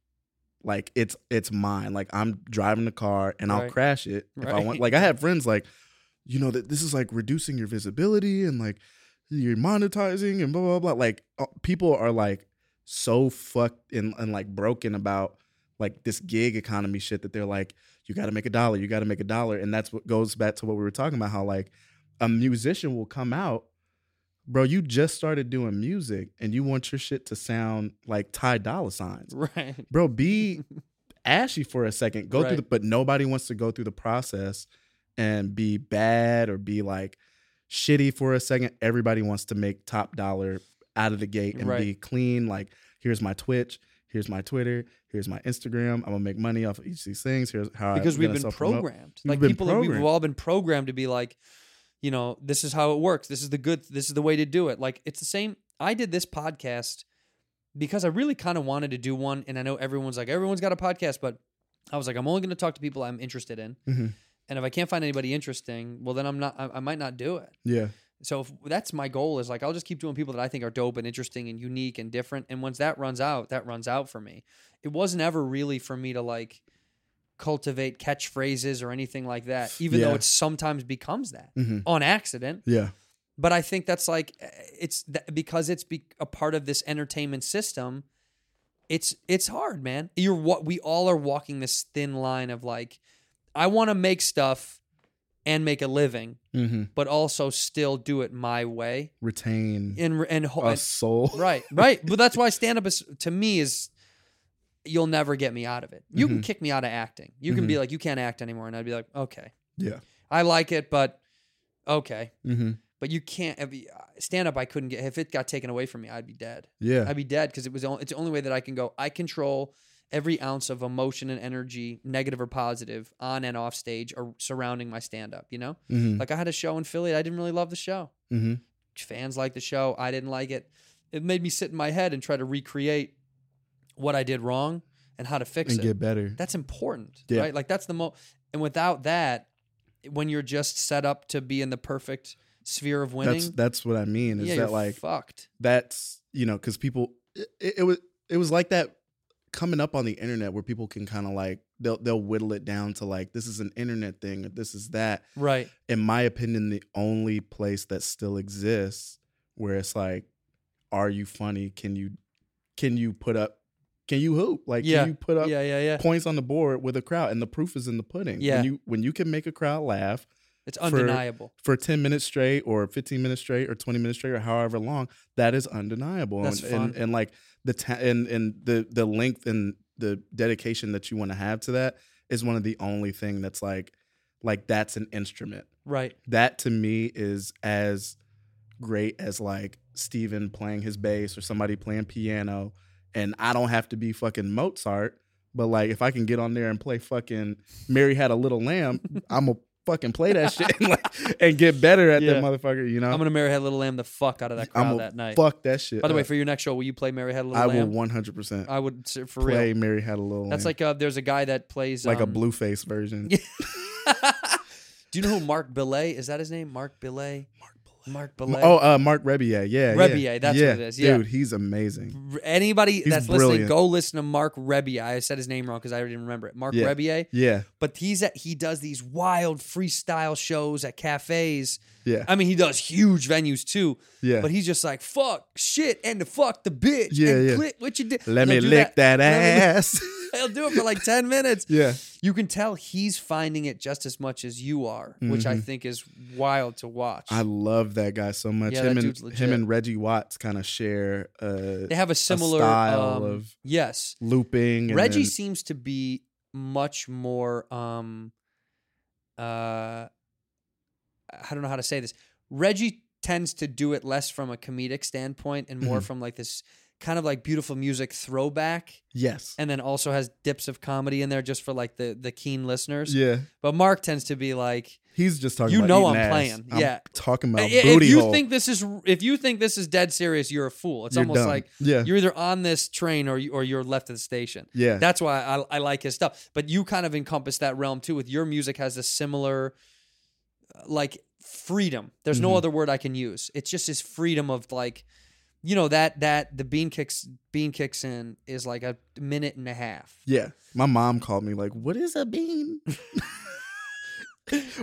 I: like it's it's mine like I'm driving the car and I'll
B: Right. *laughs*
I: crash it if I want
B: Right.
I: like I have friends like you know that this is like reducing your visibility and like you're monetizing and blah blah blah like uh, people are like so fucked and, and like broken about like this gig economy shit that they're like you got to make a dollar you got to make a dollar and that's what goes back to what we were talking about how like a musician will come out bro you just started doing music and you want your shit to sound like Ty Dolla Signs
B: Right.
I: bro be ashy for a second go
B: Right.
I: through the but nobody wants to go through the process and be bad or be like shitty for a second everybody wants to make top dollar out of the gate and
B: Right.
I: be clean like here's my twitch here's my twitter here's my instagram i'm gonna make money off of each of these things here's how I'm
B: because we've
I: gonna
B: been
I: self-promote."
B: programmed.
I: We've
B: like
I: been
B: people, we've
I: programmed.
B: all been programmed to be like, you know, this is how it works. This is the good. This is the way to do it. Like it's the same. I did this podcast because I really kind of wanted to do one, and I know everyone's like, everyone's got a podcast, but I was like, I'm only going to talk to people I'm interested in,
I: Mhm.
B: and if I can't find anybody interesting, well, then I'm not. I, I might not do it.
I: yeah
B: So if, that's my goal is like I'll just keep doing people that I think are dope and interesting and unique and different. And once that runs out, that runs out for me. It wasn't ever really for me to like cultivate catchphrases or anything like that, even though
I: Yeah.
B: it sometimes becomes that
I: Mhm.
B: on accident.
I: yeah
B: But I think that's like eh, it's th- because it's be- a part of this entertainment system. It's it's hard, man. You're what we all are walking this thin line of like, I want to make stuff and make a living,
I: mm-hmm.
B: but also still do it my way
I: retain
B: and and, ho-
I: a
B: and
I: soul
B: right right but that's why stand up is to me is you'll never get me out of it you can kick me out of acting you can be like you can't act anymore and i'd be like okay
I: yeah
B: i like it but okay
I: mm-hmm.
B: but you can't stand up i couldn't get if it got taken away from me i'd be dead
I: yeah
B: i'd be dead because it was the only- it's the only way that i can go i control every ounce of emotion and energy negative or positive on and off stage or surrounding my stand up you know
I: mm-hmm.
B: like i had a show in philly i didn't really love the show
I: Mm-hmm.
B: fans liked the show. I didn't like it. It made me sit in my head and try to recreate what I did wrong and how to fix
I: and
B: it.
I: get better
B: that's important,
I: Yeah.
B: right? Like that's the most. And without that, when you're just set up to be in the perfect sphere of winning,
I: that's that's what i mean is
B: yeah,
I: that
B: you're
I: like
B: fucked?
I: that's you know because people it, it was it was like that coming up on the internet where people can kind of like they'll they'll whittle it down to like this is an internet thing or this is that
B: Right,
I: in my opinion the only place that still exists where it's like are you funny can you can you put up can you hoop like
B: Yeah.
I: can you put up
B: yeah, yeah, yeah.
I: points on the board with a crowd and the proof is in the pudding
B: Yeah.
I: when you when you can make a crowd laugh
B: It's
I: for-
B: undeniable.
I: for 10 minutes straight or 15 minutes straight or 20 minutes straight or however long that is undeniable
B: That's
I: and,
B: fun.
I: and and like the ta- and and the the length and the dedication that you want to have to that is one of the only thing that's like like that's an instrument
B: right,
I: that to me is as great as like Steven playing his bass or somebody playing piano and I don't have to be fucking Mozart. But like, if I can get on there and play fucking Mary Had a Little
B: *laughs*
I: Lamb, I'm gonna fucking play that shit and, like, and get better at
B: Yeah.
I: that motherfucker. You know,
B: I'm gonna marry Head Little Lamb the fuck out of that crowd
I: I'ma
B: that night.
I: Fuck that shit.
B: By the way,
I: up.
B: for your next show, will you play Mary Had a Little
I: I will
B: Lamb?
I: 100 percent
B: I would s- for
I: play
B: real.
I: Mary Had a Little.
B: That's
I: Lamb.
B: like uh, there's a guy that plays
I: like a
B: um,
I: blue
B: *laughs*
I: face version.
B: Do you know who Mark Billet is? That his name? Mark Billet. Mark Billet.
I: Oh, uh, Mark Rebier. Yeah, yeah.
B: Rebier, that's what it is, yeah.
I: dude, he's amazing.
B: R- Anybody that's listening,
I: brilliant.
B: go listen to Mark Rebier. I said his name wrong because I didn't remember it. Mark
I: Yeah.
B: Rebier.
I: Yeah,
B: But he's at, he does these wild freestyle shows at cafes.
I: yeah,
B: I mean, he does huge venues too.
I: yeah.
B: But he's just like fuck shit and the fuck the bitch.
I: Yeah,
B: and
I: yeah.
B: Clip what you did.
I: Let me
B: He'll do
I: lick that,
B: Let me-
I: ass.
B: *laughs* He'll do it for like ten minutes.
I: *laughs* yeah,
B: You can tell he's finding it just as much as you are, which I think is wild to watch.
I: Mm-hmm. I love that guy so much.
B: Yeah,
I: him
B: that
I: and
B: dude's legit.
I: him and Reggie Watts kind of share uh,
B: they have a similar
I: style
B: um,
I: of-
B: yes.
I: looping. And
B: Reggie
I: then-
B: seems to be much more um uh I don't know how to say this. Reggie tends to do it less from a comedic standpoint and
I: Mm-hmm.
B: more from like this kind of like beautiful music throwback
I: yes,
B: and then also has dips of comedy in there just for like the the keen listeners.
I: yeah.
B: But Mark tends to be like
I: He's just talking.
B: You
I: about
B: know
I: eating
B: I'm
I: ass.
B: playing, yeah.
I: talking about
B: I- if
I: booty
B: you
I: hole.
B: think this is if you think this is dead serious, you're a fool. It's
I: You're
B: almost
I: dumb.
B: like
I: Yeah.
B: you're either on this train or you, or you're left at the station.
I: Yeah.
B: that's why I, I like his stuff. But you kind of encompass that realm too. With your music has a similar uh, like freedom. There's
I: Mm-hmm.
B: no other word I can use. It's just this freedom of like you know that that the bean kicks bean kicks in is like a minute and a half.
I: yeah, my mom called me like, "What is a
B: *laughs*
I: bean? *laughs*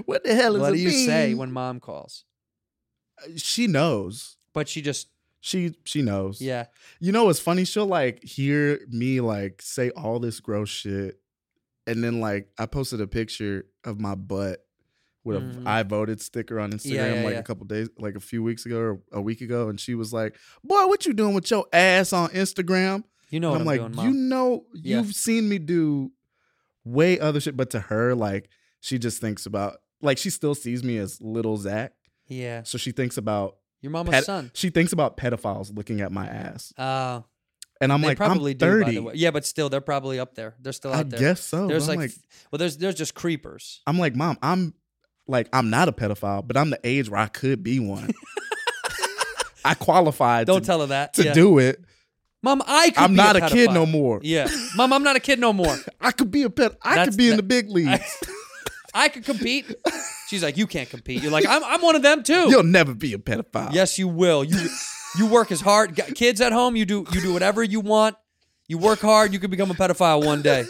I: what the hell is
B: What
I: a
B: do you
I: bean?"
B: say when mom calls?
I: she knows?
B: But she just
I: She she knows.
B: yeah
I: You know what's funny? She'll like hear me like say all this gross shit. And then like I posted a picture of my butt with
B: Mhm.
I: a I voted sticker on Instagram
B: Yeah, yeah,
I: like
B: yeah.
I: a couple days, like a few weeks ago or a week ago. And she was like, Boy, what you doing with your ass on Instagram?
B: you know
I: And
B: what I'm,
I: I'm like,
B: doing,
I: You
B: mom.
I: know,
B: Yeah.
I: you've seen me do way other shit. But to her, like she just thinks about like she still sees me as little Zach.
B: yeah,
I: So she thinks about
B: your mama's
I: ped-
B: son.
I: she thinks about pedophiles looking at my ass.
B: Uh,
I: And I'm
B: they
I: like,
B: probably
I: I'm
B: do,
I: 30.
B: by the way. Yeah, but still, they're probably up there. They're still out
I: I
B: there.
I: guess so.
B: there's
I: There's I'm
B: like,
I: like,
B: well, there's there's just creepers.
I: I'm like, mom, I'm like, I'm not a pedophile, but I'm the age where I could
B: *laughs*
I: be one. I qualified
B: Don't
I: to,
B: tell her that.
I: to
B: yeah.
I: do
B: *laughs*
I: it.
B: mom, I could
I: I'm
B: be
I: not a, kid no
B: pedophile.
I: more.
B: Yeah, mom, I'm not a kid no more.
I: I could be a ped. I
B: That's-
I: could be
B: that-
I: in
B: *laughs*
I: the big leagues.
B: I could compete. She's like, you can't compete. You're like, I'm I'm one of them too.
I: You'll never be a pedophile.
B: yes, you will. You you work as hard. Got kids at home, you do you do whatever you want. You work hard. You could become a pedophile one day.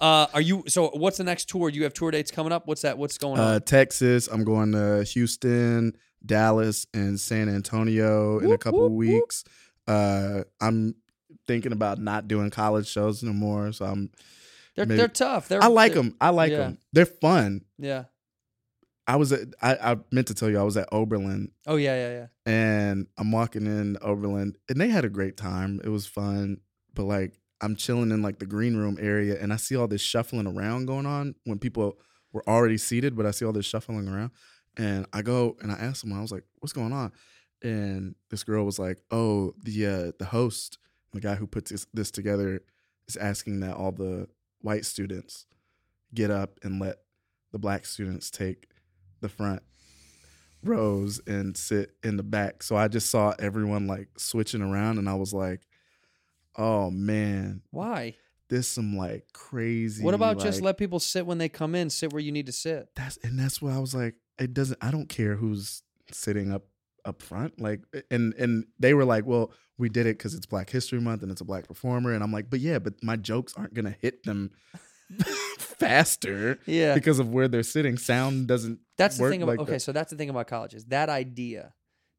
B: Uh, are you? So, what's the next tour? Do you have tour dates coming up? What's that? What's going on?
I: Uh, Texas. I'm going to Houston, Dallas, and San Antonio in a couple weeks. Uh, I'm thinking about not doing college shows no more. So I'm.
B: they're
I: maybe-
B: they're tough. They're
I: I like
B: they're-
I: them. I like
B: yeah.
I: them. They're fun.
B: Yeah.
I: I was at, I, I meant to tell you I was at Oberlin
B: Oh yeah yeah yeah.
I: and I'm walking in Oberlin and they had a great time. It was fun, but like I'm chilling in like the green room area and I see all this shuffling around going on when people were already seated, but I see all this shuffling around and I go and I asked someone I was like, "What's going on?" And this girl was like, "Oh, the uh, the host, the guy who puts this, this together, is asking that all the white students get up and let the black students take the front rows and sit in the back. So I just saw everyone like switching around and I was like, oh man,
B: Why?
I: this some like crazy.
B: What about just
I: like-
B: let people sit when they come in? Sit where you need to sit.
I: that's and that's why I was like, it doesn't I don't care who's sitting up up front. Like and and they were like, well, we did it because it's Black History Month and it's a black performer. And I'm like, but yeah, but my jokes aren't gonna
B: *laughs*
I: hit them *laughs* faster
B: Yeah,
I: because of where they're sitting. Sound doesn't
B: that's the
I: work
B: thing about
I: like
B: okay.
I: that.
B: So that's the thing about college is that idea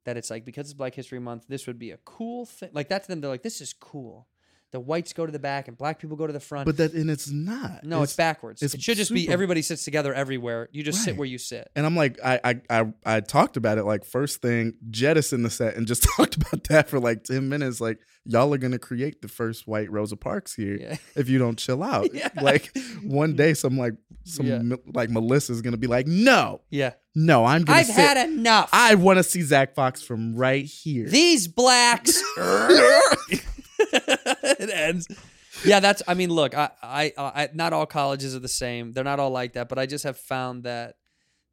B: that it's like because it's Black History Month, this would be a cool thing. Like that to them, they're like, this is cool. The whites go to the back and black people go to the front.
I: but that and it's not.
B: no, it's, backwards.
I: it's
B: it should just be
I: super-
B: everybody sits together everywhere. You just sit
I: Right.
B: where you sit.
I: And I'm like, I, I I I talked about it like first thing, jettison the set and just *laughs* talked about that for like 10 minutes. Like, y'all are gonna create the first white Rosa Parks here
B: Yeah. *laughs*
I: if you don't chill out.
B: Yeah.
I: Like one day some like some
B: Yeah.
I: mi- like Melissa's gonna be like, No,
B: Yeah,
I: no, I'm gonna
B: I've
I: sit.
B: had enough.
I: I wanna *laughs* see Zach Fox from right here.
B: These blacks. *laughs* it ends. Yeah, that's. I mean, look, I, I, I, not all colleges are the same. They're not all like that. But I just have found that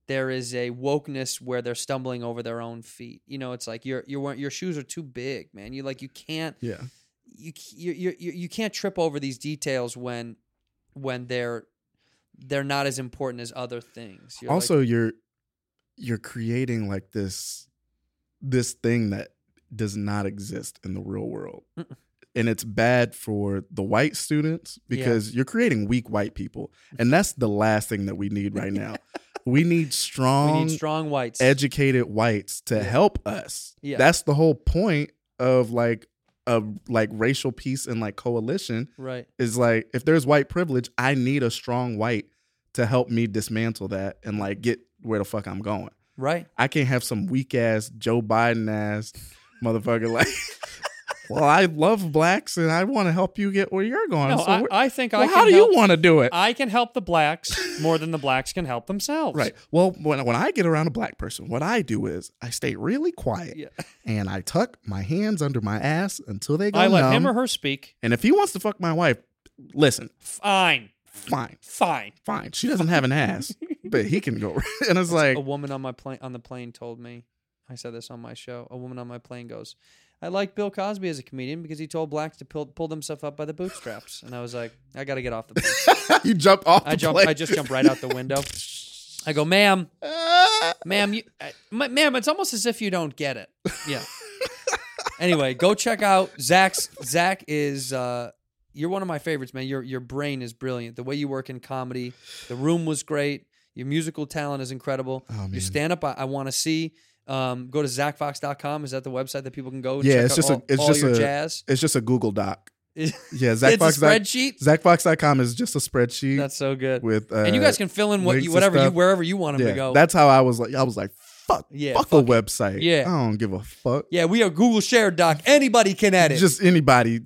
B: there is a wokeness where they're stumbling over their own feet. You know, it's like your your your shoes are too big, man. You like you can't
I: Yeah.
B: you c- you you you you can't trip over these details when when they're they're not as important as other things. You're like-
I: also you're you're creating like this this thing that does not exist in the real world
B: Mm-mm.
I: and it's bad for the white students
B: Yeah.
I: because you're creating weak white people
B: *laughs*
I: and that's the last thing that we need right now we need strong,
B: we need strong whites.
I: educated whites to help us
B: Yeah.
I: that's the whole point of like of like racial peace and like coalition
B: right.
I: is like if there's white privilege, I need a strong white to help me dismantle that and like get where the fuck I'm going.
B: Right.
I: I can't have some weak ass Joe Biden ass motherfucker like *laughs* well, I love blacks and I want to help you get where you're going.
B: No,
I: So
B: I,
I: we're-
B: I think I
I: well,
B: can
I: how do
B: help,
I: you want to do it?
B: I can help the blacks more than the blacks can help themselves.
I: Right. Well, when, when I get around a black person, what I do is I stay really quiet
B: Yeah. *laughs*
I: and I tuck my hands under my ass until they go
B: I let him
I: numb.
B: or her speak.
I: and if he wants to fuck my wife, listen,
B: Fine.
I: fine.
B: Fine.
I: fine. She doesn't have an ass, but he can go. *laughs* And it's like,
B: a woman on my plane on the plane told me i said this on my show a woman on my plane goes i like bill cosby as a comedian because he told blacks to pull, pull themselves up by the bootstraps and i was like i gotta get off the plane
I: *laughs* you jump off.
B: i
I: the
B: jump
I: plane.
B: i just jump
I: *laughs*
B: right out the window i go ma'am ma'am you uh, ma- ma'am it's almost as if you don't get it yeah *laughs* anyway go check out zach's zach is uh you're one of my favorites man your your brain is brilliant the way you work in comedy the room was great your musical talent is incredible
I: Oh,
B: your stand up i, I want to see um, go to zachfox.com is that the website that people can go and
I: Yeah,
B: check
I: it's
B: out
I: just a-
B: all,
I: it's
B: all
I: just
B: your
I: a-
B: jazz
I: It's just a Google Doc.
B: *laughs* it's
I: Yeah,
B: a
I: Zach Fox.
B: spreadsheet
I: ZachFox.com is just a spreadsheet
B: that's so good
I: with. Uh,
B: and you guys can fill in what
I: links
B: you
I: and
B: whatever you
I: stuff.
B: wherever you want them
I: Yeah,
B: to go
I: that's how I was like. I was like, fuck,
B: Yeah,
I: fuck,
B: fuck
I: a website.
B: Yeah.
I: I don't give a fuck.
B: yeah we are google share doc anybody can edit
I: Just anybody.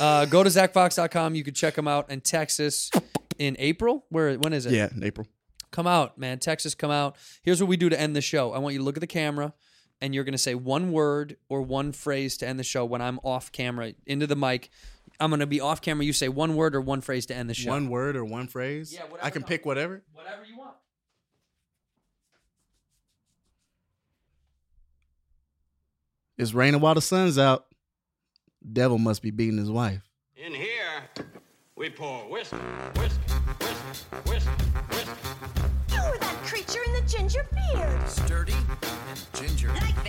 B: Uh, go to zachfox.com. You can check him out in Texas in April. Where when is it?
I: Yeah, in April.
B: Come out, man. Texas, come out. Here's what we do to end the show. I want you to look at the camera and you're going to say one word or one phrase to end the show when I'm off camera into the mic. I'm going to be off camera. You say one word or one phrase to end the show.
I: word or one phrase.
B: Yeah, whatever comes.
I: whatever.
B: Whatever you want.
I: It's raining while the sun's out. Devil must be beating his wife.
C: In here, we pour whiskey, whiskey, whiskey, whiskey, whiskey.
D: You were that creature in the ginger beard.
E: Sturdy and ginger.
F: Like